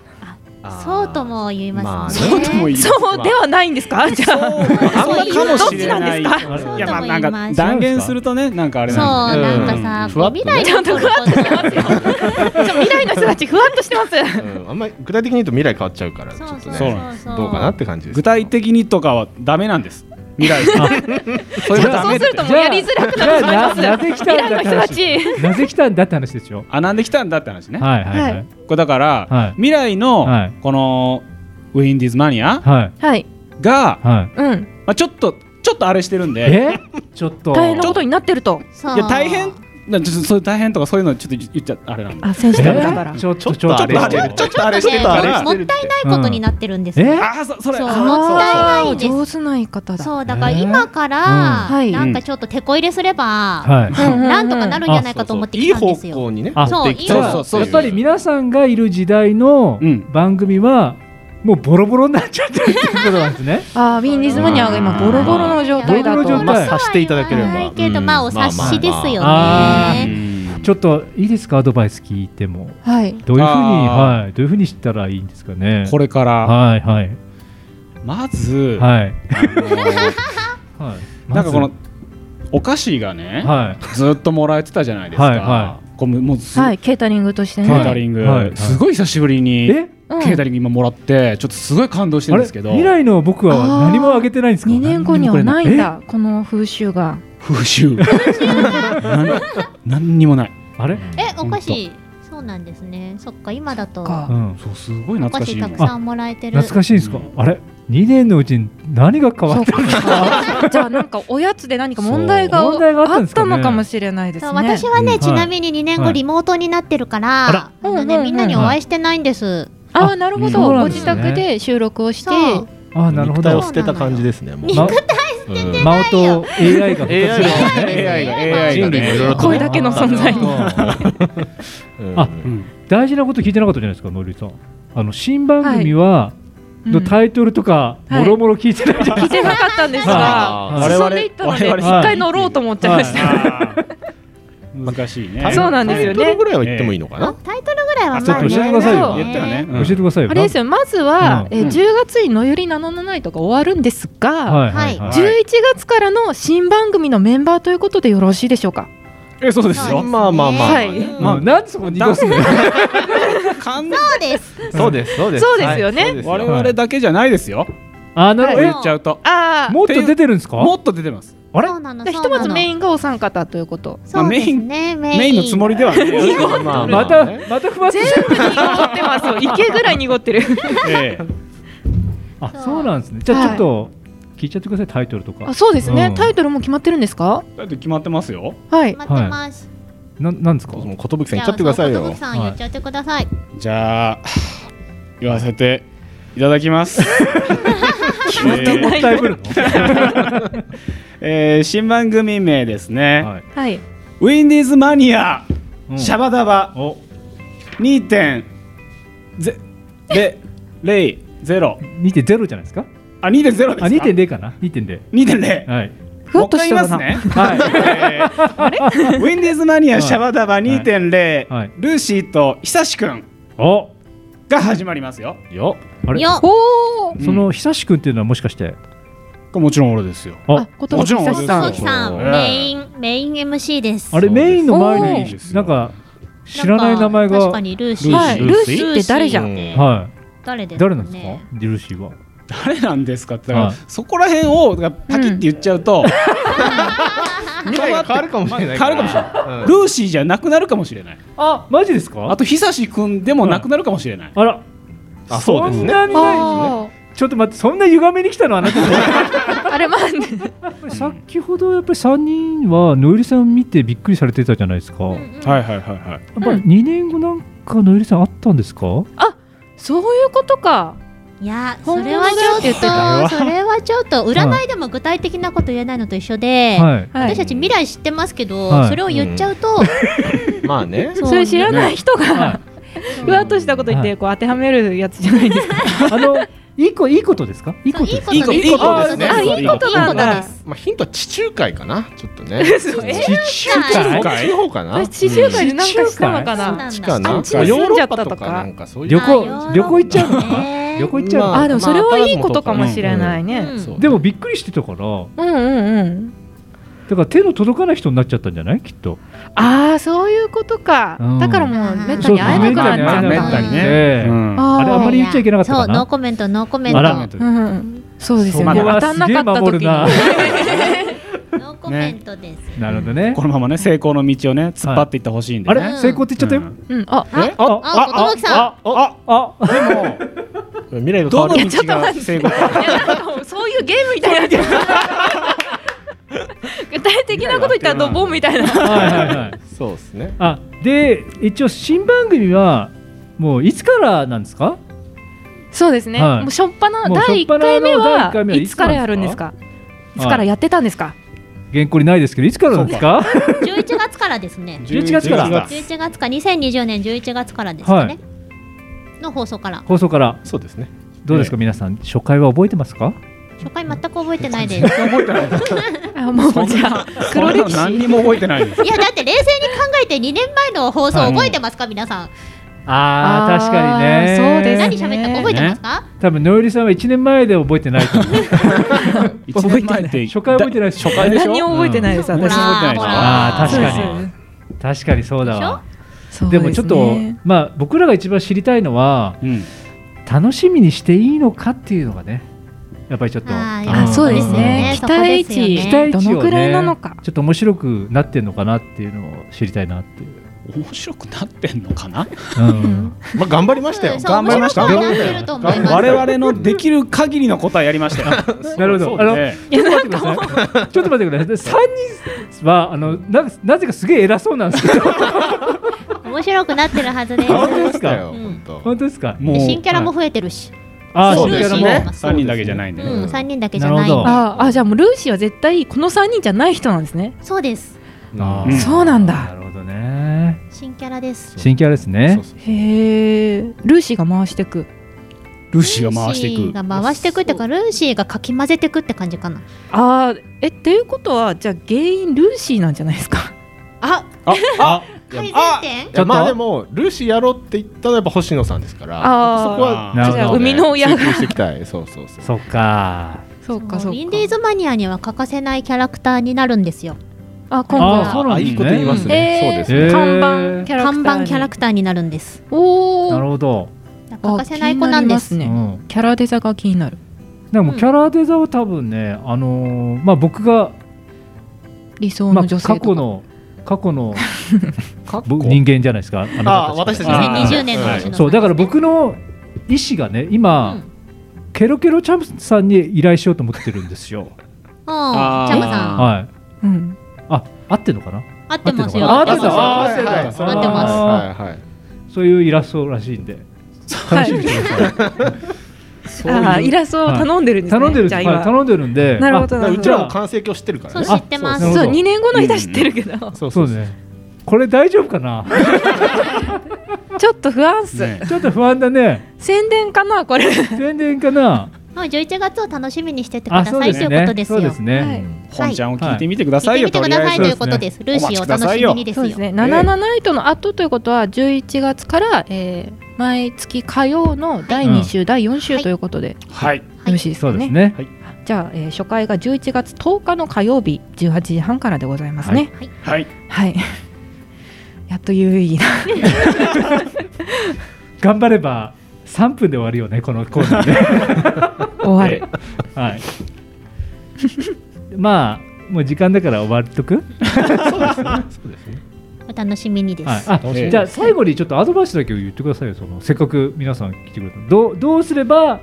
[SPEAKER 6] そうとも言いますね、
[SPEAKER 4] そうとも言います
[SPEAKER 1] そうではないんですかじゃあ
[SPEAKER 4] あんまかもしれない
[SPEAKER 1] どっち
[SPEAKER 2] なんですか
[SPEAKER 4] いやまあなんか
[SPEAKER 6] そうとも言います
[SPEAKER 4] 断言するとねなんかあれ
[SPEAKER 6] そう
[SPEAKER 4] なんでね
[SPEAKER 6] なんかさ、
[SPEAKER 7] うん
[SPEAKER 6] こう未来
[SPEAKER 1] ちゃんとふわっとしてますよちょ未来の人たちふわっとしてます
[SPEAKER 7] うんあんまり具体的に言うと未来変わっちゃうから、ち
[SPEAKER 6] そ
[SPEAKER 7] ょ
[SPEAKER 6] う
[SPEAKER 7] っと
[SPEAKER 4] そう
[SPEAKER 7] ね、
[SPEAKER 4] なん
[SPEAKER 6] そうそう
[SPEAKER 7] どうかなって感じです。
[SPEAKER 4] 具体的にとかはダメなんです未来それはダ
[SPEAKER 1] そ
[SPEAKER 4] メ
[SPEAKER 1] う
[SPEAKER 4] っ
[SPEAKER 1] する
[SPEAKER 4] て
[SPEAKER 1] ともうやりづらくなってしまいます
[SPEAKER 2] じゃあななぜ来た
[SPEAKER 1] 未
[SPEAKER 2] んだ
[SPEAKER 1] 来の人たち
[SPEAKER 2] なぜ来たんだって話ですよ
[SPEAKER 4] あなんで来たんだって話ね
[SPEAKER 2] はいはいはい
[SPEAKER 4] これだから、
[SPEAKER 2] はい
[SPEAKER 4] 未来の
[SPEAKER 2] はい
[SPEAKER 4] このウィンディーズマニア
[SPEAKER 2] はい
[SPEAKER 1] はい
[SPEAKER 4] が、
[SPEAKER 2] はい
[SPEAKER 1] うん
[SPEAKER 4] まあ、ちょっとちょっとあれしてるんで
[SPEAKER 2] えちょっと
[SPEAKER 1] 大変なことになってると
[SPEAKER 6] そう
[SPEAKER 4] いや大変なちょっとそういう大変とかそういうのちょっと言っちゃあれなんで
[SPEAKER 1] あ選手だから
[SPEAKER 2] えちょっと
[SPEAKER 7] ちょっとあれしてる。ちょっとあれしてる。あれ
[SPEAKER 6] ね
[SPEAKER 7] し
[SPEAKER 6] も
[SPEAKER 7] て
[SPEAKER 6] も
[SPEAKER 7] る
[SPEAKER 6] っ。たいないことになってるんですよ、
[SPEAKER 2] え
[SPEAKER 4] ああそそれ
[SPEAKER 6] そう
[SPEAKER 4] あ
[SPEAKER 6] もったいないです
[SPEAKER 1] 上手な言い方だ
[SPEAKER 6] そうだから今から、
[SPEAKER 1] えーうんはい
[SPEAKER 6] なんかちょっと手こ入れすれば、
[SPEAKER 2] はい
[SPEAKER 6] なんとかなるんじゃないかと思ってきたんです
[SPEAKER 7] いい
[SPEAKER 6] よ
[SPEAKER 7] 方向にね、持
[SPEAKER 2] あ
[SPEAKER 7] っていき
[SPEAKER 6] じ
[SPEAKER 2] じ
[SPEAKER 6] ゃあ
[SPEAKER 2] ゃあ
[SPEAKER 7] たい
[SPEAKER 2] やっぱり皆さんがいる時代の
[SPEAKER 4] うん
[SPEAKER 2] 番組はもうボロボロになっちゃってるっていうことなんです ね
[SPEAKER 1] ああ、ミンディズムニアが今ボロボロの状態だ
[SPEAKER 2] ボロボロ
[SPEAKER 1] と。
[SPEAKER 2] の状
[SPEAKER 7] ま
[SPEAKER 2] 態
[SPEAKER 7] あ、察していただければ。
[SPEAKER 6] ないけど、
[SPEAKER 7] うん
[SPEAKER 6] まあ、お察しですよね。
[SPEAKER 2] まあまあまあち
[SPEAKER 7] ちょ
[SPEAKER 2] ょ
[SPEAKER 7] っ
[SPEAKER 2] っといいですかアドバイス聞いても
[SPEAKER 1] はい。
[SPEAKER 2] どういうふうに
[SPEAKER 7] あ
[SPEAKER 2] はいどういうふうにしたらいいんですかね
[SPEAKER 7] とこれから、
[SPEAKER 2] はいはい
[SPEAKER 4] まず、
[SPEAKER 2] はい
[SPEAKER 4] あのー
[SPEAKER 2] はい
[SPEAKER 4] なんかこの
[SPEAKER 2] ま
[SPEAKER 4] お菓子がね、
[SPEAKER 2] ずはい
[SPEAKER 4] ずっともらえてたじゃないですか。
[SPEAKER 2] はいは
[SPEAKER 4] これもうす、
[SPEAKER 1] はい、ケータリングとして
[SPEAKER 4] ケ
[SPEAKER 1] ね。
[SPEAKER 4] ータリング、
[SPEAKER 2] はいはい
[SPEAKER 4] すごい久しぶりに
[SPEAKER 2] え
[SPEAKER 1] うん
[SPEAKER 4] ケータリング今もらってちょっとすごい感動して
[SPEAKER 2] あ
[SPEAKER 4] るん
[SPEAKER 2] れ
[SPEAKER 4] ですけど
[SPEAKER 2] 未来の僕は何もあげてないんですか
[SPEAKER 1] 2年後にはないんだ、この風習が。
[SPEAKER 4] 風習何何にもない
[SPEAKER 2] えあれ
[SPEAKER 6] え、お菓子、そうなんですね。そっか、今だと。
[SPEAKER 1] か
[SPEAKER 2] うん
[SPEAKER 4] そうすごい
[SPEAKER 6] お
[SPEAKER 4] 懐
[SPEAKER 6] 菓
[SPEAKER 4] かし
[SPEAKER 6] 子
[SPEAKER 4] い
[SPEAKER 6] た
[SPEAKER 4] の
[SPEAKER 6] くさんもらえてる。
[SPEAKER 2] 懐かしいんですか
[SPEAKER 4] うん
[SPEAKER 2] あれ2年のうちに何が変わ
[SPEAKER 1] そ
[SPEAKER 2] っ
[SPEAKER 1] う
[SPEAKER 2] た
[SPEAKER 1] か。 じゃあなんかおやつで何か問題が
[SPEAKER 2] そう問題があった
[SPEAKER 1] あ
[SPEAKER 2] ん
[SPEAKER 1] っ
[SPEAKER 2] ですか
[SPEAKER 1] た
[SPEAKER 2] ね
[SPEAKER 1] のかもしれないです
[SPEAKER 6] そ
[SPEAKER 1] ね。
[SPEAKER 6] う私はね、
[SPEAKER 2] うん
[SPEAKER 6] ちなみに2年後
[SPEAKER 2] はい
[SPEAKER 6] リモートになってるから、
[SPEAKER 2] あら
[SPEAKER 6] あの
[SPEAKER 1] うんうんう
[SPEAKER 6] ね
[SPEAKER 1] ん
[SPEAKER 6] みんなにお会いしてないんです。
[SPEAKER 1] ああ、なるほど。
[SPEAKER 2] そうな
[SPEAKER 1] ご
[SPEAKER 2] んです
[SPEAKER 1] 自
[SPEAKER 2] ね
[SPEAKER 1] 宅で収録をして、
[SPEAKER 6] そう
[SPEAKER 2] あなるほ
[SPEAKER 7] 肉体を
[SPEAKER 2] ど
[SPEAKER 7] 捨てた感じですね。もう
[SPEAKER 2] ま真央と AI が
[SPEAKER 7] AI がね
[SPEAKER 6] AI が
[SPEAKER 7] AI がねいろいろと
[SPEAKER 1] 声だけの存在に。
[SPEAKER 7] うん
[SPEAKER 2] あ
[SPEAKER 4] うん
[SPEAKER 2] 大事なこと聞いてなかったじゃないですかのりさんあの新番組はのタイトルとか
[SPEAKER 1] うんは
[SPEAKER 2] も
[SPEAKER 1] い
[SPEAKER 2] ろもろ聞いてないじゃない
[SPEAKER 1] 聞いてなかったんですが、
[SPEAKER 2] あー
[SPEAKER 1] 進んでいったので、
[SPEAKER 4] 我
[SPEAKER 1] 一
[SPEAKER 2] 々はい
[SPEAKER 1] 回乗ろうと思っちゃいました。
[SPEAKER 4] 難しいね
[SPEAKER 7] タイ
[SPEAKER 1] そうなんですよね
[SPEAKER 7] タイトルぐらいは言ってもいいのか
[SPEAKER 6] あ
[SPEAKER 7] な。
[SPEAKER 6] タイトルぐらいは
[SPEAKER 2] ちょっ
[SPEAKER 6] まあ
[SPEAKER 2] と教えてくださいよ
[SPEAKER 1] そう
[SPEAKER 4] 言ったよね、
[SPEAKER 2] 教えてくださいよ
[SPEAKER 1] あれですよ、まずは、
[SPEAKER 2] うん
[SPEAKER 1] えー10月に「のゆり779」とか終わるんですが、
[SPEAKER 2] はいはいはい
[SPEAKER 4] い
[SPEAKER 1] 11月からの新番組のメンバーということでよろしいでしょうか。
[SPEAKER 4] えそうです
[SPEAKER 6] そう
[SPEAKER 4] よ
[SPEAKER 6] ですね
[SPEAKER 7] まあまあまあ
[SPEAKER 1] はい
[SPEAKER 6] うん
[SPEAKER 2] まあ、なんでそこに出すの
[SPEAKER 4] 完
[SPEAKER 6] そうです。
[SPEAKER 7] そうです、そうです。
[SPEAKER 1] そうですよね
[SPEAKER 7] はいそうですよ
[SPEAKER 4] 我々だけじゃないですよ
[SPEAKER 2] あ、なるほど
[SPEAKER 6] はい
[SPEAKER 4] 言っちゃうと
[SPEAKER 1] あ
[SPEAKER 2] え。
[SPEAKER 1] あ、
[SPEAKER 2] もっと出てるんですか
[SPEAKER 4] もっと出てます
[SPEAKER 2] あれ
[SPEAKER 6] そうなの。
[SPEAKER 1] でひとまずメイ
[SPEAKER 6] ン。
[SPEAKER 1] ンがお三方ということ。
[SPEAKER 6] そうですね。
[SPEAKER 4] メインのつもりではね
[SPEAKER 7] まあまあ
[SPEAKER 2] また、また不発
[SPEAKER 1] 全部濁ってます。池ぐらい濁ってる。
[SPEAKER 4] ええ
[SPEAKER 2] あ、
[SPEAKER 6] そう
[SPEAKER 2] そうなんですね。じゃあ
[SPEAKER 1] はい
[SPEAKER 2] ちょっと聞いちゃってください、タイトルとか
[SPEAKER 1] あ、。そうですね、
[SPEAKER 2] うん
[SPEAKER 1] タイトルも決まってるんですか。
[SPEAKER 4] だって決まってますよ
[SPEAKER 1] はい。
[SPEAKER 6] 待ってます。
[SPEAKER 2] なんなんですか
[SPEAKER 7] もう寿さん
[SPEAKER 6] じゃ
[SPEAKER 7] 言っ
[SPEAKER 6] あ
[SPEAKER 7] ちゃってください
[SPEAKER 6] その
[SPEAKER 7] よ
[SPEAKER 6] 寿。さん言っちゃってください。
[SPEAKER 4] じゃあ言わせていただきます
[SPEAKER 2] またもったいぶるの
[SPEAKER 4] えー新番組名ですね、
[SPEAKER 2] はい
[SPEAKER 1] はい。
[SPEAKER 4] ウィンディーズマニア、
[SPEAKER 2] うん
[SPEAKER 4] シャバダバ
[SPEAKER 2] お、
[SPEAKER 4] 2点ゼでレイゼロ
[SPEAKER 2] 2.0じゃないですか
[SPEAKER 4] あ2.0ですか
[SPEAKER 2] あ、2.0かな ?2.0。
[SPEAKER 4] 2.0
[SPEAKER 2] はい。
[SPEAKER 1] ふわっと
[SPEAKER 4] もう
[SPEAKER 1] し
[SPEAKER 4] 一
[SPEAKER 1] た
[SPEAKER 4] 回
[SPEAKER 1] な。
[SPEAKER 4] 言いますね
[SPEAKER 2] はい。
[SPEAKER 4] えーウィンディーズマニ
[SPEAKER 2] は
[SPEAKER 4] ア
[SPEAKER 2] い
[SPEAKER 4] シャバダバ2.0、
[SPEAKER 2] はい
[SPEAKER 4] ルーシーと久しくん
[SPEAKER 2] お、
[SPEAKER 4] が始まりますよ。
[SPEAKER 7] よ。
[SPEAKER 2] あれ
[SPEAKER 6] よっ。
[SPEAKER 1] おお。
[SPEAKER 2] その、久しくんっていうのはもしかして。
[SPEAKER 4] もちろん俺ですよ。
[SPEAKER 2] あ
[SPEAKER 1] あ、、ことぶきさしさ
[SPEAKER 6] そ
[SPEAKER 1] ん
[SPEAKER 6] う。さん
[SPEAKER 7] そう
[SPEAKER 6] メインメイン MC です。
[SPEAKER 2] あれ
[SPEAKER 7] そう
[SPEAKER 2] メインの
[SPEAKER 1] そう
[SPEAKER 2] 前
[SPEAKER 1] で
[SPEAKER 2] に
[SPEAKER 4] す、よ
[SPEAKER 2] なんか、知らない名前が。
[SPEAKER 6] 確か
[SPEAKER 2] は
[SPEAKER 6] にルーシー。
[SPEAKER 1] はい。ル
[SPEAKER 7] ル
[SPEAKER 1] ー
[SPEAKER 7] ー
[SPEAKER 1] シ
[SPEAKER 7] シー
[SPEAKER 1] ーって誰じゃん。
[SPEAKER 7] うん
[SPEAKER 2] い。
[SPEAKER 6] 誰ですか
[SPEAKER 2] 誰
[SPEAKER 6] ね。
[SPEAKER 2] なんですかディルシーは。
[SPEAKER 4] 誰なんですかってだから、
[SPEAKER 2] はい
[SPEAKER 4] そこら辺をだからパキって言っちゃうと、
[SPEAKER 7] 未来が変わるかもしれない。
[SPEAKER 4] 変わるかもしれ
[SPEAKER 7] ない
[SPEAKER 4] ルーシーじゃなくなるかもしれない。
[SPEAKER 2] あ、マジですか
[SPEAKER 4] あと久しくんでもなくなるかもしれない。
[SPEAKER 2] あら。
[SPEAKER 7] あそうですね
[SPEAKER 2] そんなにないですね。
[SPEAKER 1] あ
[SPEAKER 2] ちょっと待って、そんな歪めに来たのあな た。
[SPEAKER 1] ーあれ、まあね。
[SPEAKER 2] 先ほどやっぱり三人はノエルさん見てびっくりされてたじゃないですか。
[SPEAKER 6] う
[SPEAKER 2] や
[SPEAKER 6] ん
[SPEAKER 2] っ
[SPEAKER 6] うん
[SPEAKER 4] はいはいはいはい。
[SPEAKER 2] ぱり二年後なんかノエルさんあったんですか。
[SPEAKER 1] そういうことか。
[SPEAKER 6] いやそ
[SPEAKER 1] 本物だ
[SPEAKER 6] れ
[SPEAKER 1] よ
[SPEAKER 6] は
[SPEAKER 1] って言
[SPEAKER 6] ちょっ
[SPEAKER 1] ってた
[SPEAKER 6] とそれはちょっと占いでも具体的なこと言えないのと一緒で、
[SPEAKER 2] はい。
[SPEAKER 1] は
[SPEAKER 6] 私
[SPEAKER 1] い。
[SPEAKER 6] たち未来知ってますけど、
[SPEAKER 2] はい
[SPEAKER 6] それを言っちゃうと、
[SPEAKER 7] まあね。
[SPEAKER 1] それ知らない人
[SPEAKER 2] は
[SPEAKER 1] が。ふわっとしたこと言っ
[SPEAKER 2] は
[SPEAKER 1] て、こう当てはめるやつじゃない ですか。
[SPEAKER 2] あの、いいこ、いいことですか。いいことです。
[SPEAKER 6] いいこと
[SPEAKER 4] いいことですね
[SPEAKER 6] あいいこと
[SPEAKER 1] いい
[SPEAKER 6] なん
[SPEAKER 1] こと
[SPEAKER 6] だ
[SPEAKER 1] です。
[SPEAKER 7] まあヒントは地中海かな。ちょっとね。
[SPEAKER 1] え
[SPEAKER 2] 地中
[SPEAKER 7] そ
[SPEAKER 2] 海
[SPEAKER 7] っ。ちの方かな。
[SPEAKER 1] 私地中海で
[SPEAKER 7] う
[SPEAKER 1] なん
[SPEAKER 7] ん
[SPEAKER 1] かしたのか
[SPEAKER 6] そう
[SPEAKER 1] な。
[SPEAKER 6] なん
[SPEAKER 7] 地
[SPEAKER 6] だ
[SPEAKER 7] かな。
[SPEAKER 1] あっちに住んじゃったとか
[SPEAKER 7] ヨーロッパなんかそういう
[SPEAKER 2] 旅
[SPEAKER 6] あヨーロッ
[SPEAKER 2] 行、
[SPEAKER 6] パ
[SPEAKER 2] 旅行行っちゃうのか。
[SPEAKER 6] ね
[SPEAKER 2] 旅行行っちゃうの
[SPEAKER 7] ま
[SPEAKER 2] か
[SPEAKER 1] あ、でも、それはいいことかもしれない
[SPEAKER 6] うん
[SPEAKER 1] ね。
[SPEAKER 7] そう
[SPEAKER 2] でもびっくりしてたから、
[SPEAKER 1] うんうんうん。
[SPEAKER 2] だから手の届かない人になっちゃったんじゃない、きっと。
[SPEAKER 1] ああ、そういうことか
[SPEAKER 2] うん。
[SPEAKER 1] だからもう、めったに会えなくなっちゃ
[SPEAKER 6] そう
[SPEAKER 1] っ
[SPEAKER 6] め
[SPEAKER 2] め
[SPEAKER 6] っ
[SPEAKER 1] た
[SPEAKER 2] っ
[SPEAKER 6] った
[SPEAKER 2] た
[SPEAKER 6] に
[SPEAKER 2] に
[SPEAKER 6] ね
[SPEAKER 2] ね。
[SPEAKER 4] うん
[SPEAKER 1] あー
[SPEAKER 2] あれあんまり言っちゃいけなかった
[SPEAKER 6] そう
[SPEAKER 2] か
[SPEAKER 6] ノー
[SPEAKER 2] な。
[SPEAKER 6] コメントノーコメント
[SPEAKER 2] あ
[SPEAKER 6] ノ
[SPEAKER 2] ら
[SPEAKER 1] うんうん。そうです
[SPEAKER 2] そ
[SPEAKER 1] よ
[SPEAKER 2] こ
[SPEAKER 1] ね。
[SPEAKER 2] は
[SPEAKER 1] 当たんなかった時に。
[SPEAKER 2] す
[SPEAKER 6] ーコメントです、
[SPEAKER 2] なるほどね。
[SPEAKER 4] このままね成功の道をね突っ張っていってほしいんで
[SPEAKER 2] あ
[SPEAKER 4] ね。
[SPEAKER 2] れ、成功って言っちゃったよ。
[SPEAKER 1] うん、あ、
[SPEAKER 2] えあ、あ、
[SPEAKER 6] ああ寿さん
[SPEAKER 2] あ、あ、あ、あ、
[SPEAKER 7] 未来が変
[SPEAKER 4] ど
[SPEAKER 7] わ
[SPEAKER 4] の
[SPEAKER 7] る。
[SPEAKER 4] 道が成功か。
[SPEAKER 1] いやなんかもうそういうゲームみたいになってる。具体的なこと言ったらドボンみたいな。
[SPEAKER 2] はいはいはい。
[SPEAKER 7] そうですね。
[SPEAKER 2] あで一応新番組はもういつからなんですか
[SPEAKER 1] そうですね。
[SPEAKER 2] はい
[SPEAKER 1] もう初っ端な
[SPEAKER 2] もう
[SPEAKER 1] 第
[SPEAKER 2] 初っ
[SPEAKER 1] 一
[SPEAKER 2] 端の
[SPEAKER 1] 回目
[SPEAKER 2] 第一
[SPEAKER 1] は
[SPEAKER 2] 回目はい
[SPEAKER 1] い
[SPEAKER 2] つ
[SPEAKER 1] つか
[SPEAKER 2] なんですから
[SPEAKER 1] やるんですか。いつからやってたんですか。
[SPEAKER 2] 原稿にないですけどいつからなんですか
[SPEAKER 6] 11月からですね
[SPEAKER 2] 11月から
[SPEAKER 6] 11月か2020年11月からですかね、の放送から
[SPEAKER 2] 放送から
[SPEAKER 7] そうですね。
[SPEAKER 2] どうですか、皆さん初回は覚えてますか
[SPEAKER 6] 初回全く覚えてないです
[SPEAKER 4] 覚えてない
[SPEAKER 8] あもうじ ゃあ黒歴
[SPEAKER 4] そんなの何
[SPEAKER 8] 史
[SPEAKER 4] にも覚えてないです
[SPEAKER 6] いやだって冷静に考えて2年前の放送覚えてますか皆さん
[SPEAKER 2] あー確かにね
[SPEAKER 8] そうです
[SPEAKER 6] 何喋ったか覚えてますか
[SPEAKER 2] 多分ノエリさんは1年前で覚えてないと思う
[SPEAKER 4] 1年前って
[SPEAKER 2] 初回覚えてないし
[SPEAKER 4] 初回でしょ
[SPEAKER 1] 何も覚えてないです、
[SPEAKER 4] うん
[SPEAKER 1] 私
[SPEAKER 4] 私も覚えてない
[SPEAKER 6] ほ
[SPEAKER 2] ああ
[SPEAKER 6] ら
[SPEAKER 2] 確か
[SPEAKER 9] そうで
[SPEAKER 2] に確かにそうだわ
[SPEAKER 8] そう
[SPEAKER 2] です
[SPEAKER 8] ね
[SPEAKER 2] もちょっとまあ僕らが一番知りたいのは
[SPEAKER 4] うん
[SPEAKER 2] 楽しみにしていいのかっていうのがねやっぱりちょっと
[SPEAKER 6] あー
[SPEAKER 2] ん
[SPEAKER 6] やっ
[SPEAKER 8] あ
[SPEAKER 6] ぱ
[SPEAKER 8] そうですね期
[SPEAKER 6] そこで
[SPEAKER 8] 待
[SPEAKER 6] すよね
[SPEAKER 8] 値
[SPEAKER 2] 期待値を
[SPEAKER 8] ど
[SPEAKER 2] ね
[SPEAKER 8] のくらいなのか
[SPEAKER 2] ちょっと面白くなってんのかなっていうのを知りたいなっていう、
[SPEAKER 4] 面白くなってんのかな
[SPEAKER 2] うん、
[SPEAKER 7] まあ、頑張りましたよ
[SPEAKER 6] そうそう
[SPEAKER 7] 頑張りました
[SPEAKER 6] 面白くなってると思います
[SPEAKER 4] 我々のできる限りのことはやりましたよ
[SPEAKER 2] なるほど
[SPEAKER 4] そうだね
[SPEAKER 2] ちょっと待ってくださいちょっと待ってください3人はあのななぜかすげえ偉そうなんですけど
[SPEAKER 6] 面白くなってるはずです
[SPEAKER 2] 本当
[SPEAKER 7] 頑張り
[SPEAKER 2] で
[SPEAKER 7] ますした
[SPEAKER 2] か
[SPEAKER 7] よ本当
[SPEAKER 2] 本当ですか
[SPEAKER 4] も
[SPEAKER 6] で
[SPEAKER 4] う
[SPEAKER 6] 新キャラも増えてるし
[SPEAKER 2] あー
[SPEAKER 6] そうです
[SPEAKER 2] そ
[SPEAKER 6] ね
[SPEAKER 2] うですね
[SPEAKER 4] 3人だけじゃないんでね
[SPEAKER 6] うん3人だけじゃない
[SPEAKER 2] なるほど
[SPEAKER 6] ん
[SPEAKER 1] ああじゃあもうルーシーは絶対この3人じゃない人なんですね
[SPEAKER 6] でそうです
[SPEAKER 2] あー
[SPEAKER 4] うん
[SPEAKER 1] そうなんだ
[SPEAKER 2] なるほどね
[SPEAKER 6] 新キャラです
[SPEAKER 2] 新キャラですね
[SPEAKER 7] そうそう
[SPEAKER 1] へえルーシーが回してく
[SPEAKER 4] ルシーが回してい
[SPEAKER 6] ルーシ
[SPEAKER 4] く
[SPEAKER 6] ーが回してくってかルーシーがかき混ぜてくって感じかな
[SPEAKER 1] ああえっていうことはじゃあ原因ルーシーなんじゃないですか
[SPEAKER 6] あ
[SPEAKER 7] あ
[SPEAKER 6] 改善点
[SPEAKER 7] いやまあでもルーシーやろうって言ったのはやっぱ星野さんですから
[SPEAKER 1] あー
[SPEAKER 7] そこは
[SPEAKER 1] じ
[SPEAKER 2] なるほど
[SPEAKER 1] ゃあ生みの親
[SPEAKER 7] 追
[SPEAKER 1] が
[SPEAKER 7] 求していきたいそうそうそう
[SPEAKER 2] そっか
[SPEAKER 1] そうか
[SPEAKER 6] そ
[SPEAKER 1] そうう
[SPEAKER 6] ウィン
[SPEAKER 1] か
[SPEAKER 6] ディーズマニアには欠かせないキャラクターになるんですよ
[SPEAKER 1] あ今回
[SPEAKER 2] あーそうなん
[SPEAKER 7] あ
[SPEAKER 2] ですね
[SPEAKER 7] いいこと言いますね
[SPEAKER 1] へー
[SPEAKER 7] そうです
[SPEAKER 2] へー
[SPEAKER 7] ね
[SPEAKER 1] 看板キャラクターに
[SPEAKER 6] 看板キャラクターになるんです
[SPEAKER 1] おお
[SPEAKER 2] なるほど、
[SPEAKER 6] 欠かせない子なんです
[SPEAKER 2] う
[SPEAKER 1] ね
[SPEAKER 2] ん、
[SPEAKER 1] キャラデザが気になる
[SPEAKER 2] でもキャラデザは多分ね、あのーまあ僕が、
[SPEAKER 1] 理想
[SPEAKER 2] まあ、
[SPEAKER 1] の女性とか、
[SPEAKER 2] 過去の過去の
[SPEAKER 4] かっこ
[SPEAKER 2] 僕人間じゃないですかあなたち
[SPEAKER 7] あー私たち
[SPEAKER 2] あー
[SPEAKER 6] 2020年のうちの
[SPEAKER 2] そうだから僕の意思がね今、
[SPEAKER 6] うん
[SPEAKER 2] ケロケロチャムさんに依頼しようと思ってるんですよ。
[SPEAKER 6] ああ、ちゃまさん。
[SPEAKER 2] はい。
[SPEAKER 1] うん、
[SPEAKER 2] あ、合ってんのかな。
[SPEAKER 6] 合ってますよ。
[SPEAKER 2] あ合って
[SPEAKER 6] ま
[SPEAKER 2] た
[SPEAKER 6] すよ
[SPEAKER 2] あ合ってた
[SPEAKER 7] はいはい
[SPEAKER 2] 合
[SPEAKER 6] ってます
[SPEAKER 7] はいはい
[SPEAKER 2] そういうイラストらしいんで。楽しみにしてくださ
[SPEAKER 1] ああイラストを頼んでるん
[SPEAKER 2] い。
[SPEAKER 1] ですね、
[SPEAKER 2] 頼んでるん
[SPEAKER 1] じ
[SPEAKER 2] で
[SPEAKER 1] ゃあ
[SPEAKER 2] す。
[SPEAKER 1] 今、
[SPEAKER 2] はい頼んでるんで。
[SPEAKER 1] なるほど
[SPEAKER 2] あ
[SPEAKER 7] だからうちらも完成形を知ってるから
[SPEAKER 6] そう
[SPEAKER 7] ね
[SPEAKER 6] 知ってま
[SPEAKER 2] なる
[SPEAKER 6] す
[SPEAKER 2] ほ。ど
[SPEAKER 1] そう2年後の人知ってるけど、
[SPEAKER 7] そう
[SPEAKER 2] そうですね。これ大丈夫かな。
[SPEAKER 1] ちょっと不安っす、
[SPEAKER 4] ね
[SPEAKER 2] ちょっと不安だね。
[SPEAKER 1] 宣伝かなこれ
[SPEAKER 2] 宣伝かな。
[SPEAKER 6] もう11月を楽しみにしててくだ
[SPEAKER 2] あ、
[SPEAKER 6] さ
[SPEAKER 2] そうで
[SPEAKER 6] いとい
[SPEAKER 2] す
[SPEAKER 6] うこ
[SPEAKER 2] ね。
[SPEAKER 6] とです
[SPEAKER 2] そうで
[SPEAKER 6] よ
[SPEAKER 2] す。
[SPEAKER 1] はい
[SPEAKER 2] ね。
[SPEAKER 4] 本ちゃんを聞いてみてくだ
[SPEAKER 6] 聞
[SPEAKER 4] さい
[SPEAKER 6] いて
[SPEAKER 4] よ
[SPEAKER 6] みて
[SPEAKER 4] と
[SPEAKER 6] く
[SPEAKER 4] り
[SPEAKER 6] だ
[SPEAKER 4] あ
[SPEAKER 6] さ
[SPEAKER 4] え
[SPEAKER 6] い
[SPEAKER 4] ず
[SPEAKER 6] ということです。ルーシーをお楽しみにです
[SPEAKER 1] そうです
[SPEAKER 6] よ。
[SPEAKER 1] ね。七七ナイトの後ということは十一月から、えー、毎月火曜の第二週、第四週ということで、よ
[SPEAKER 4] はい
[SPEAKER 1] ろしいです
[SPEAKER 2] そ
[SPEAKER 1] か
[SPEAKER 2] うです
[SPEAKER 1] ね。
[SPEAKER 2] ね。
[SPEAKER 1] じゃあ、えー、初回が十一月十日の火曜日十八時半からでございますね。
[SPEAKER 4] はい
[SPEAKER 1] はい。 やっと有意義な。
[SPEAKER 2] 頑張れば3分で終わるよねこのコーナーで
[SPEAKER 1] 終わる。
[SPEAKER 2] はいまあもう時間だから終わっとく、
[SPEAKER 7] そうですね
[SPEAKER 6] お楽しみにで
[SPEAKER 2] はい、
[SPEAKER 6] す。
[SPEAKER 2] あ
[SPEAKER 4] ええ
[SPEAKER 2] じゃあ最後にちょっとアドバイスだけを言ってくださいよそのせっかく皆さん来てくれたどうどうすれば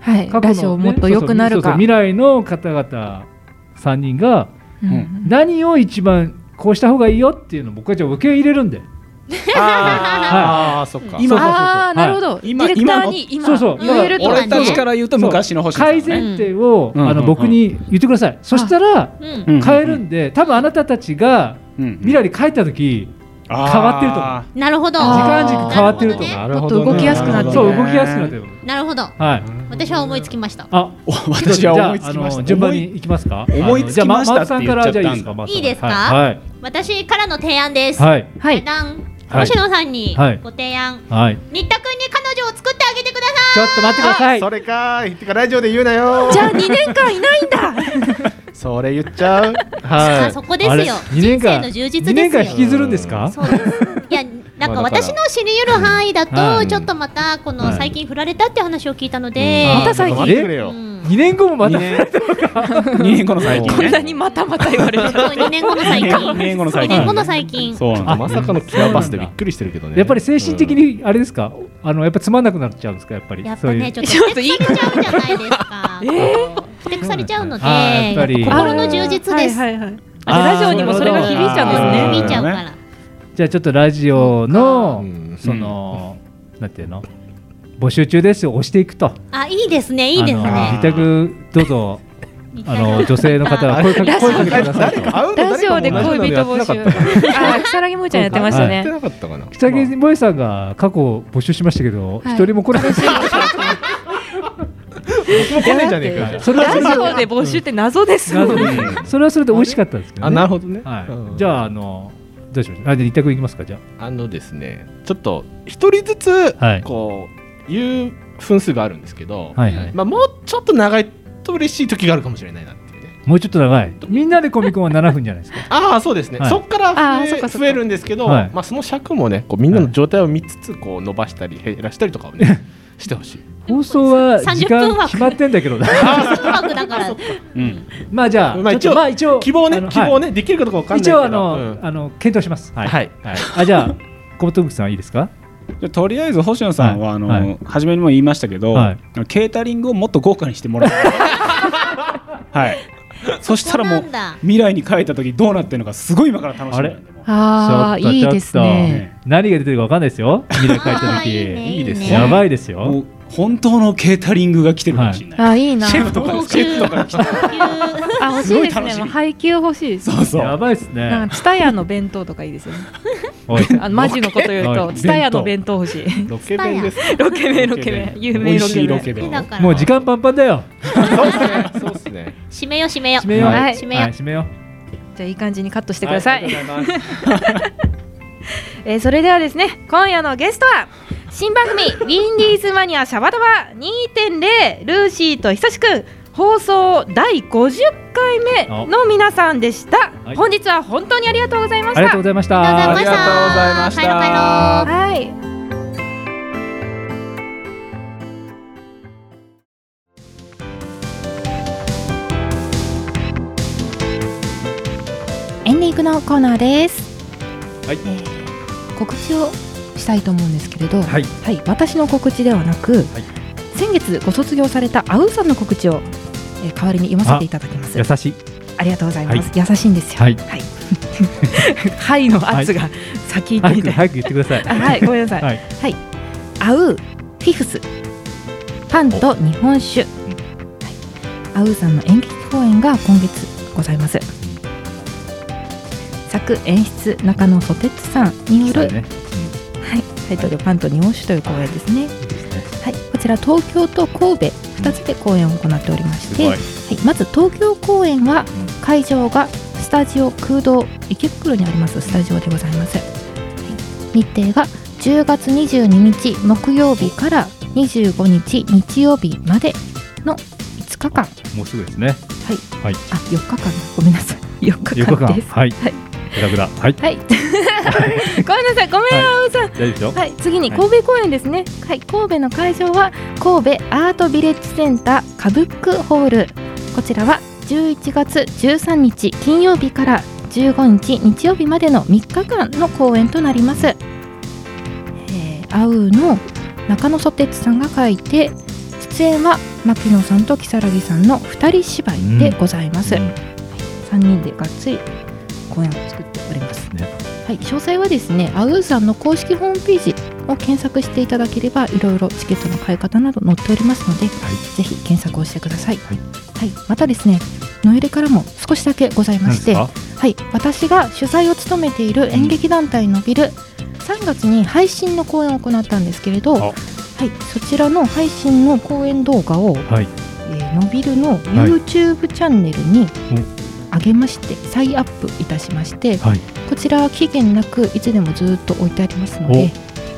[SPEAKER 1] はい。
[SPEAKER 2] 過去の、ね、
[SPEAKER 1] ラジオもっと良くなる
[SPEAKER 2] そうそうそうそう
[SPEAKER 1] か。
[SPEAKER 2] 未来の方々3人が
[SPEAKER 1] うん
[SPEAKER 4] う
[SPEAKER 2] 何を一番こうした方がいいよっていうのを僕はじゃあ受け入れるんで
[SPEAKER 7] あーあーそっか
[SPEAKER 2] 今
[SPEAKER 1] ああ、なるほど。デ
[SPEAKER 4] 今
[SPEAKER 1] ィレクターに今
[SPEAKER 2] そうそう
[SPEAKER 1] 言えると
[SPEAKER 6] だ
[SPEAKER 4] 俺
[SPEAKER 6] ね
[SPEAKER 4] たちから言うと昔の星野さん
[SPEAKER 2] 改
[SPEAKER 4] ね
[SPEAKER 2] 善点を、
[SPEAKER 4] うん
[SPEAKER 2] あ
[SPEAKER 4] うんうんう
[SPEAKER 2] の
[SPEAKER 4] ん
[SPEAKER 2] 僕に言ってください、そしたら
[SPEAKER 6] うん
[SPEAKER 4] う。ん
[SPEAKER 2] 変えるんで、多分あなたたちが
[SPEAKER 4] うんうん
[SPEAKER 2] 未来に帰った時、
[SPEAKER 4] 変
[SPEAKER 2] わってると思う
[SPEAKER 6] なるほど。
[SPEAKER 1] 時
[SPEAKER 2] 時間軸変わってると
[SPEAKER 6] な
[SPEAKER 2] か
[SPEAKER 6] ほ
[SPEAKER 7] なるほ
[SPEAKER 1] ちょ
[SPEAKER 7] ど
[SPEAKER 1] っと動きやすくなってる
[SPEAKER 2] そう動きやすくなってる
[SPEAKER 6] どねなるほど。
[SPEAKER 2] はい
[SPEAKER 6] 私は思いつきました。
[SPEAKER 2] あ
[SPEAKER 4] 私は思いつきま
[SPEAKER 2] じゃああ
[SPEAKER 4] した
[SPEAKER 2] の順番に行きますか
[SPEAKER 4] 思いつきました
[SPEAKER 2] あのじゃあま松さんからじゃあいいですか松さん
[SPEAKER 6] いいですか
[SPEAKER 2] はい
[SPEAKER 6] 私からの提案です。
[SPEAKER 2] はい
[SPEAKER 1] はい。
[SPEAKER 6] ダン、
[SPEAKER 2] はい
[SPEAKER 6] 星野さんに
[SPEAKER 2] はい
[SPEAKER 6] ご提案。
[SPEAKER 2] はい
[SPEAKER 6] 新田くんに彼女を作ってあげてくださ
[SPEAKER 2] ちょっと待ってください
[SPEAKER 7] それかーいってかラジオで言うなよー
[SPEAKER 1] じゃあ二年間いないんだ。
[SPEAKER 7] それ言っちゃう
[SPEAKER 6] い。
[SPEAKER 7] は
[SPEAKER 6] あそこですよ。
[SPEAKER 2] 2年
[SPEAKER 6] 人生
[SPEAKER 2] 間
[SPEAKER 6] の充
[SPEAKER 2] 二
[SPEAKER 6] 実で
[SPEAKER 2] 年
[SPEAKER 6] すよ
[SPEAKER 2] 間。引きずるんですか
[SPEAKER 6] そうです。いや、なんか
[SPEAKER 7] まあだから
[SPEAKER 6] 私の知り得る範囲だ
[SPEAKER 2] は
[SPEAKER 6] と、
[SPEAKER 2] い
[SPEAKER 6] ちょっとまた、こ
[SPEAKER 2] は
[SPEAKER 6] の
[SPEAKER 2] い
[SPEAKER 6] 最近振られたって話を聞いたので。
[SPEAKER 2] う
[SPEAKER 1] ま
[SPEAKER 2] ん
[SPEAKER 1] た最
[SPEAKER 7] い
[SPEAKER 1] 近。
[SPEAKER 7] 待ってくれよ
[SPEAKER 6] うん
[SPEAKER 2] 二年 後もまた
[SPEAKER 7] 二年
[SPEAKER 4] 2年後の最近
[SPEAKER 1] こんな
[SPEAKER 4] ね
[SPEAKER 1] にまたまた言わ れる。
[SPEAKER 6] すごい2年後の最近。
[SPEAKER 4] 2年後の最近
[SPEAKER 6] 2年後の最近。
[SPEAKER 4] そうなんだ
[SPEAKER 7] まさかのキラーパスでびっくりしてるけどね
[SPEAKER 2] やっぱり精神的にあれですかあのやっぱつまんなくなっちゃうんですかやっぱり
[SPEAKER 6] やっ
[SPEAKER 2] そ
[SPEAKER 6] ぱ
[SPEAKER 2] うい
[SPEAKER 6] ね、
[SPEAKER 2] う
[SPEAKER 6] ちょっとふてくされちゃうじゃないですか。ふてくされちゃうので、
[SPEAKER 2] あーやっぱり
[SPEAKER 6] 心の充実です。
[SPEAKER 1] はいはいはい。
[SPEAKER 2] あ
[SPEAKER 1] ラジオにもそれが響いちゃうんですね。
[SPEAKER 6] 響いちゃうから。
[SPEAKER 2] じゃあちょっとラジオの
[SPEAKER 7] うん
[SPEAKER 2] そのなんていうの募集中ですよ押していくと
[SPEAKER 6] あ、いいですね、いいです
[SPEAKER 2] あの
[SPEAKER 6] ね。
[SPEAKER 2] 自宅どうぞ
[SPEAKER 6] 似た
[SPEAKER 2] あ
[SPEAKER 6] ような
[SPEAKER 2] の女性の方は 声かけ声かけてくださいと。
[SPEAKER 1] ラジオで恋人募集。あ、木更木もちゃんやってました
[SPEAKER 7] やって
[SPEAKER 1] ね。
[SPEAKER 7] なかったかな
[SPEAKER 2] 北木萌さんが過去募集しましたけど、一、
[SPEAKER 1] はい
[SPEAKER 2] 人も来なかった。
[SPEAKER 7] 僕も来ねえじゃねえかよ
[SPEAKER 2] それはそれ
[SPEAKER 10] ラジオで募集って謎ですもんね。
[SPEAKER 2] でそれはそれで美味しかったんですけど、ね、
[SPEAKER 7] あなるほどね、
[SPEAKER 2] は
[SPEAKER 7] う
[SPEAKER 2] い、
[SPEAKER 7] ん
[SPEAKER 2] じゃああのどうしましょうあじゃあ一択いきますかじゃ
[SPEAKER 7] あのですねちょっと一人ずつ
[SPEAKER 2] はい
[SPEAKER 7] こういう分数があるんですけど、
[SPEAKER 2] あはいはい
[SPEAKER 7] まあ、もうちょっと長いと嬉しい時があるかもしれないなっていうね
[SPEAKER 2] もうちょっと長いみんなでコミコンは7分じゃないですか
[SPEAKER 7] ああ そうですね、
[SPEAKER 2] はい
[SPEAKER 7] そこから
[SPEAKER 10] あー
[SPEAKER 7] 増
[SPEAKER 10] そっ
[SPEAKER 7] え
[SPEAKER 10] かそっか
[SPEAKER 7] 増えるんですけど、
[SPEAKER 2] はい
[SPEAKER 7] まあ、その尺もねこうみんなの状態を見つつこう伸ばしたり減らしたりとかをねしてほしい
[SPEAKER 2] 放送は
[SPEAKER 6] 30
[SPEAKER 2] 時
[SPEAKER 6] 分
[SPEAKER 2] 間
[SPEAKER 6] 枠
[SPEAKER 2] 決まってんだけどな
[SPEAKER 6] うまくだから
[SPEAKER 4] うん
[SPEAKER 2] まあじゃあ、
[SPEAKER 7] まあ
[SPEAKER 2] ちょっと
[SPEAKER 7] 一応
[SPEAKER 2] まあ一応
[SPEAKER 7] 希望ね
[SPEAKER 2] あの
[SPEAKER 7] 希望ね、できるかどうかわか
[SPEAKER 2] は
[SPEAKER 7] ん
[SPEAKER 2] い
[SPEAKER 7] ないけ
[SPEAKER 2] 一
[SPEAKER 7] ど
[SPEAKER 2] 応あの、
[SPEAKER 7] うん
[SPEAKER 2] あの検討しますはい、
[SPEAKER 7] はい
[SPEAKER 2] あじゃあ小本さんいいですか
[SPEAKER 4] でとりあえず星野さんは、
[SPEAKER 2] はい
[SPEAKER 4] あの
[SPEAKER 2] はい
[SPEAKER 4] 初めにも言いましたけど、
[SPEAKER 2] はい
[SPEAKER 4] ケータリングをもっと豪華にして もらうはいそしたらもう
[SPEAKER 6] そうなんだ
[SPEAKER 4] 未来に帰った時どうなってるのかすごい今から楽しみなんでもう
[SPEAKER 10] ああ
[SPEAKER 2] ちょっと
[SPEAKER 10] いいですね。
[SPEAKER 2] ちょっと何が出てるかわかんないです よ未来帰った時
[SPEAKER 6] いいですね
[SPEAKER 2] やばいですよ
[SPEAKER 4] もう本当のケータリングが来てるかもしれない、
[SPEAKER 10] あーいいな。
[SPEAKER 4] シェフとか
[SPEAKER 6] 高
[SPEAKER 4] シェ
[SPEAKER 6] 級
[SPEAKER 4] フとか
[SPEAKER 6] 高
[SPEAKER 4] が来
[SPEAKER 6] 級
[SPEAKER 4] てる
[SPEAKER 10] あ欲し
[SPEAKER 4] すご
[SPEAKER 10] い
[SPEAKER 4] い
[SPEAKER 10] です
[SPEAKER 4] 楽
[SPEAKER 10] ね。
[SPEAKER 4] しみ
[SPEAKER 10] もう配給欲しいです。
[SPEAKER 4] そうそう
[SPEAKER 2] やばいですね
[SPEAKER 10] なんかツタヤの弁当とかいいですよね。
[SPEAKER 2] おい
[SPEAKER 10] あのマジのこと言う
[SPEAKER 2] お
[SPEAKER 10] と
[SPEAKER 2] い
[SPEAKER 10] ツタヤの弁当欲しい。
[SPEAKER 7] ロケ弁です
[SPEAKER 10] ロケ弁ロケ弁有名ロケ
[SPEAKER 4] 美味しいロ
[SPEAKER 10] 弁。
[SPEAKER 4] ケ弁
[SPEAKER 6] 好きだから
[SPEAKER 2] もう時間パンパンだよ
[SPEAKER 7] そうですねそうですね
[SPEAKER 6] 締めよ締めよ
[SPEAKER 2] 締めよう、
[SPEAKER 4] はい
[SPEAKER 6] 締めよ
[SPEAKER 2] はい締めよう
[SPEAKER 10] じゃあいい感じにカットしてください。
[SPEAKER 4] はいありがとうございます
[SPEAKER 10] えーそれではですね今夜のゲストは新番組「ウィンディーズマニアシャバダバ2.0ルーシーと久しく」放送第50回目の皆さんでした、
[SPEAKER 2] はい
[SPEAKER 10] 本日は本当にありがとうございまし
[SPEAKER 2] ありがと
[SPEAKER 10] た
[SPEAKER 2] うございまし
[SPEAKER 6] あり
[SPEAKER 2] た
[SPEAKER 6] がとうございまし
[SPEAKER 4] あ
[SPEAKER 6] た
[SPEAKER 4] りがとうございました
[SPEAKER 6] 帰ろう帰ろう
[SPEAKER 10] はい
[SPEAKER 1] エンディングのコーナーです。
[SPEAKER 2] はい
[SPEAKER 1] えー告知をしたいと思うんですけれど、はい、
[SPEAKER 2] はい
[SPEAKER 1] 私の告知ではなく、
[SPEAKER 2] い
[SPEAKER 1] 先月ご卒業されたアウさんの告知を、えー代わりに読ませていただきます。
[SPEAKER 2] 優
[SPEAKER 1] あ
[SPEAKER 2] しい
[SPEAKER 1] りがとうございます。優しいんですよ。
[SPEAKER 2] はい
[SPEAKER 1] はいの圧が先行ってみ
[SPEAKER 2] 早く
[SPEAKER 1] て。
[SPEAKER 2] 早く言ってください
[SPEAKER 1] あはい、ごめんなさい。
[SPEAKER 2] はい
[SPEAKER 1] アウフィフスパンと日本酒、はい、アウさんの演劇公演が今月ございます作演出中野ソテツさんによる、
[SPEAKER 2] ね
[SPEAKER 1] はい、タイトル「パンと日本酒」という公演ですね、はい、こちら東京と神戸2つで公演を行っておりまして、はい、まず東京公演は会場がスタジオ空洞池袋にありますスタジオでございます、はい日程が10月22日木曜日から25日日曜日までの5日間
[SPEAKER 2] もうすぐですね
[SPEAKER 1] あ4日間だごめんなさい4日
[SPEAKER 2] 4日
[SPEAKER 1] 間
[SPEAKER 2] 間
[SPEAKER 1] です
[SPEAKER 2] はい
[SPEAKER 1] はい
[SPEAKER 2] グダグダはい
[SPEAKER 1] はい ごめんなさいごめん
[SPEAKER 2] 大丈夫ですよ
[SPEAKER 1] はい、次に
[SPEAKER 2] はい
[SPEAKER 1] 神戸公演ですね、はい、神戸の会場は神戸アートビレッジセンターカブックホールこちらは11月13日金曜日から15日日曜日までの3日間の公演となります、えー、アウの中野ソテツさんが書いて出演は牧野さんと如月さんの2人芝居でございます、
[SPEAKER 2] うん
[SPEAKER 1] 3人でがっつり公演を作っております、
[SPEAKER 2] ね
[SPEAKER 1] はい、詳細はですねアウーさんの公式ホームページを検索していただければいろいろチケットの買い方など載っておりますので、ぜひ検索をしてください、
[SPEAKER 2] はい
[SPEAKER 1] はいまたですねノエレからも少しだけございま
[SPEAKER 2] 何
[SPEAKER 1] し
[SPEAKER 2] です
[SPEAKER 1] て
[SPEAKER 2] か
[SPEAKER 1] はい、私が主催を務めている演劇団体のビル、3月に配信の公演を行ったんですけれど、
[SPEAKER 5] あ
[SPEAKER 1] はい、そちらの配信の公演動画を、
[SPEAKER 2] はい
[SPEAKER 1] えーのびるの YouTube チャンネルに上げまして、再アップいたしまして、
[SPEAKER 2] はい
[SPEAKER 1] こちらは期限なくいつでもずっと置いてありますので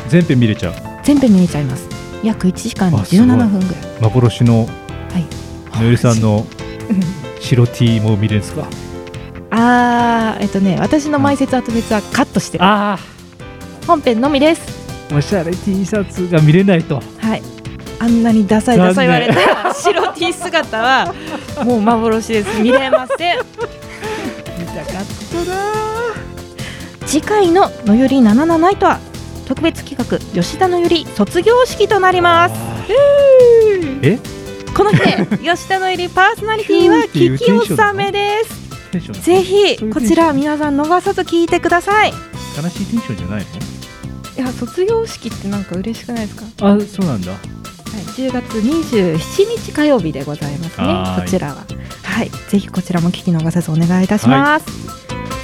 [SPEAKER 2] 全編見れちゃう
[SPEAKER 1] 全部見れちゃいます約1時間
[SPEAKER 2] あすごい
[SPEAKER 1] 17分ぐらい
[SPEAKER 2] 幻の
[SPEAKER 1] はい
[SPEAKER 2] のゆりさんの白 T も見れるんですか
[SPEAKER 1] あーえっとね私の前説後説はカットしてる
[SPEAKER 2] あ
[SPEAKER 1] 本編のみです
[SPEAKER 2] あおしゃれ T シャツが見れないと
[SPEAKER 1] はいあんなにダサいダサい言わ
[SPEAKER 2] 残
[SPEAKER 1] れ
[SPEAKER 2] 念
[SPEAKER 1] た白 T 姿はもう幻です見れません見たかった次回の「のゆり77ナイト」は特別企画吉田のゆり卒業式となります
[SPEAKER 2] え
[SPEAKER 1] この日 で吉田のゆりパーソナリティは聞き納めです
[SPEAKER 2] テンション
[SPEAKER 1] ぜひ
[SPEAKER 2] そういうテンション
[SPEAKER 1] こちら皆さん逃さず聞いてください
[SPEAKER 2] 悲しいテンションじゃない
[SPEAKER 10] いや卒業式ってなんか嬉しくないですか
[SPEAKER 2] のあそうなんだ
[SPEAKER 1] はい、10月27日火曜日でございます
[SPEAKER 2] は
[SPEAKER 1] ね
[SPEAKER 2] ーい
[SPEAKER 1] こちらははいぜひこちらも聞き逃さずお願いいたします、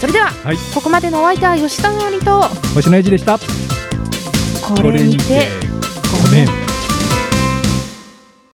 [SPEAKER 1] それでは、
[SPEAKER 2] い
[SPEAKER 1] ここまでのお相手は吉田のりと
[SPEAKER 2] 星野エイジでした
[SPEAKER 1] これにて
[SPEAKER 2] ごめん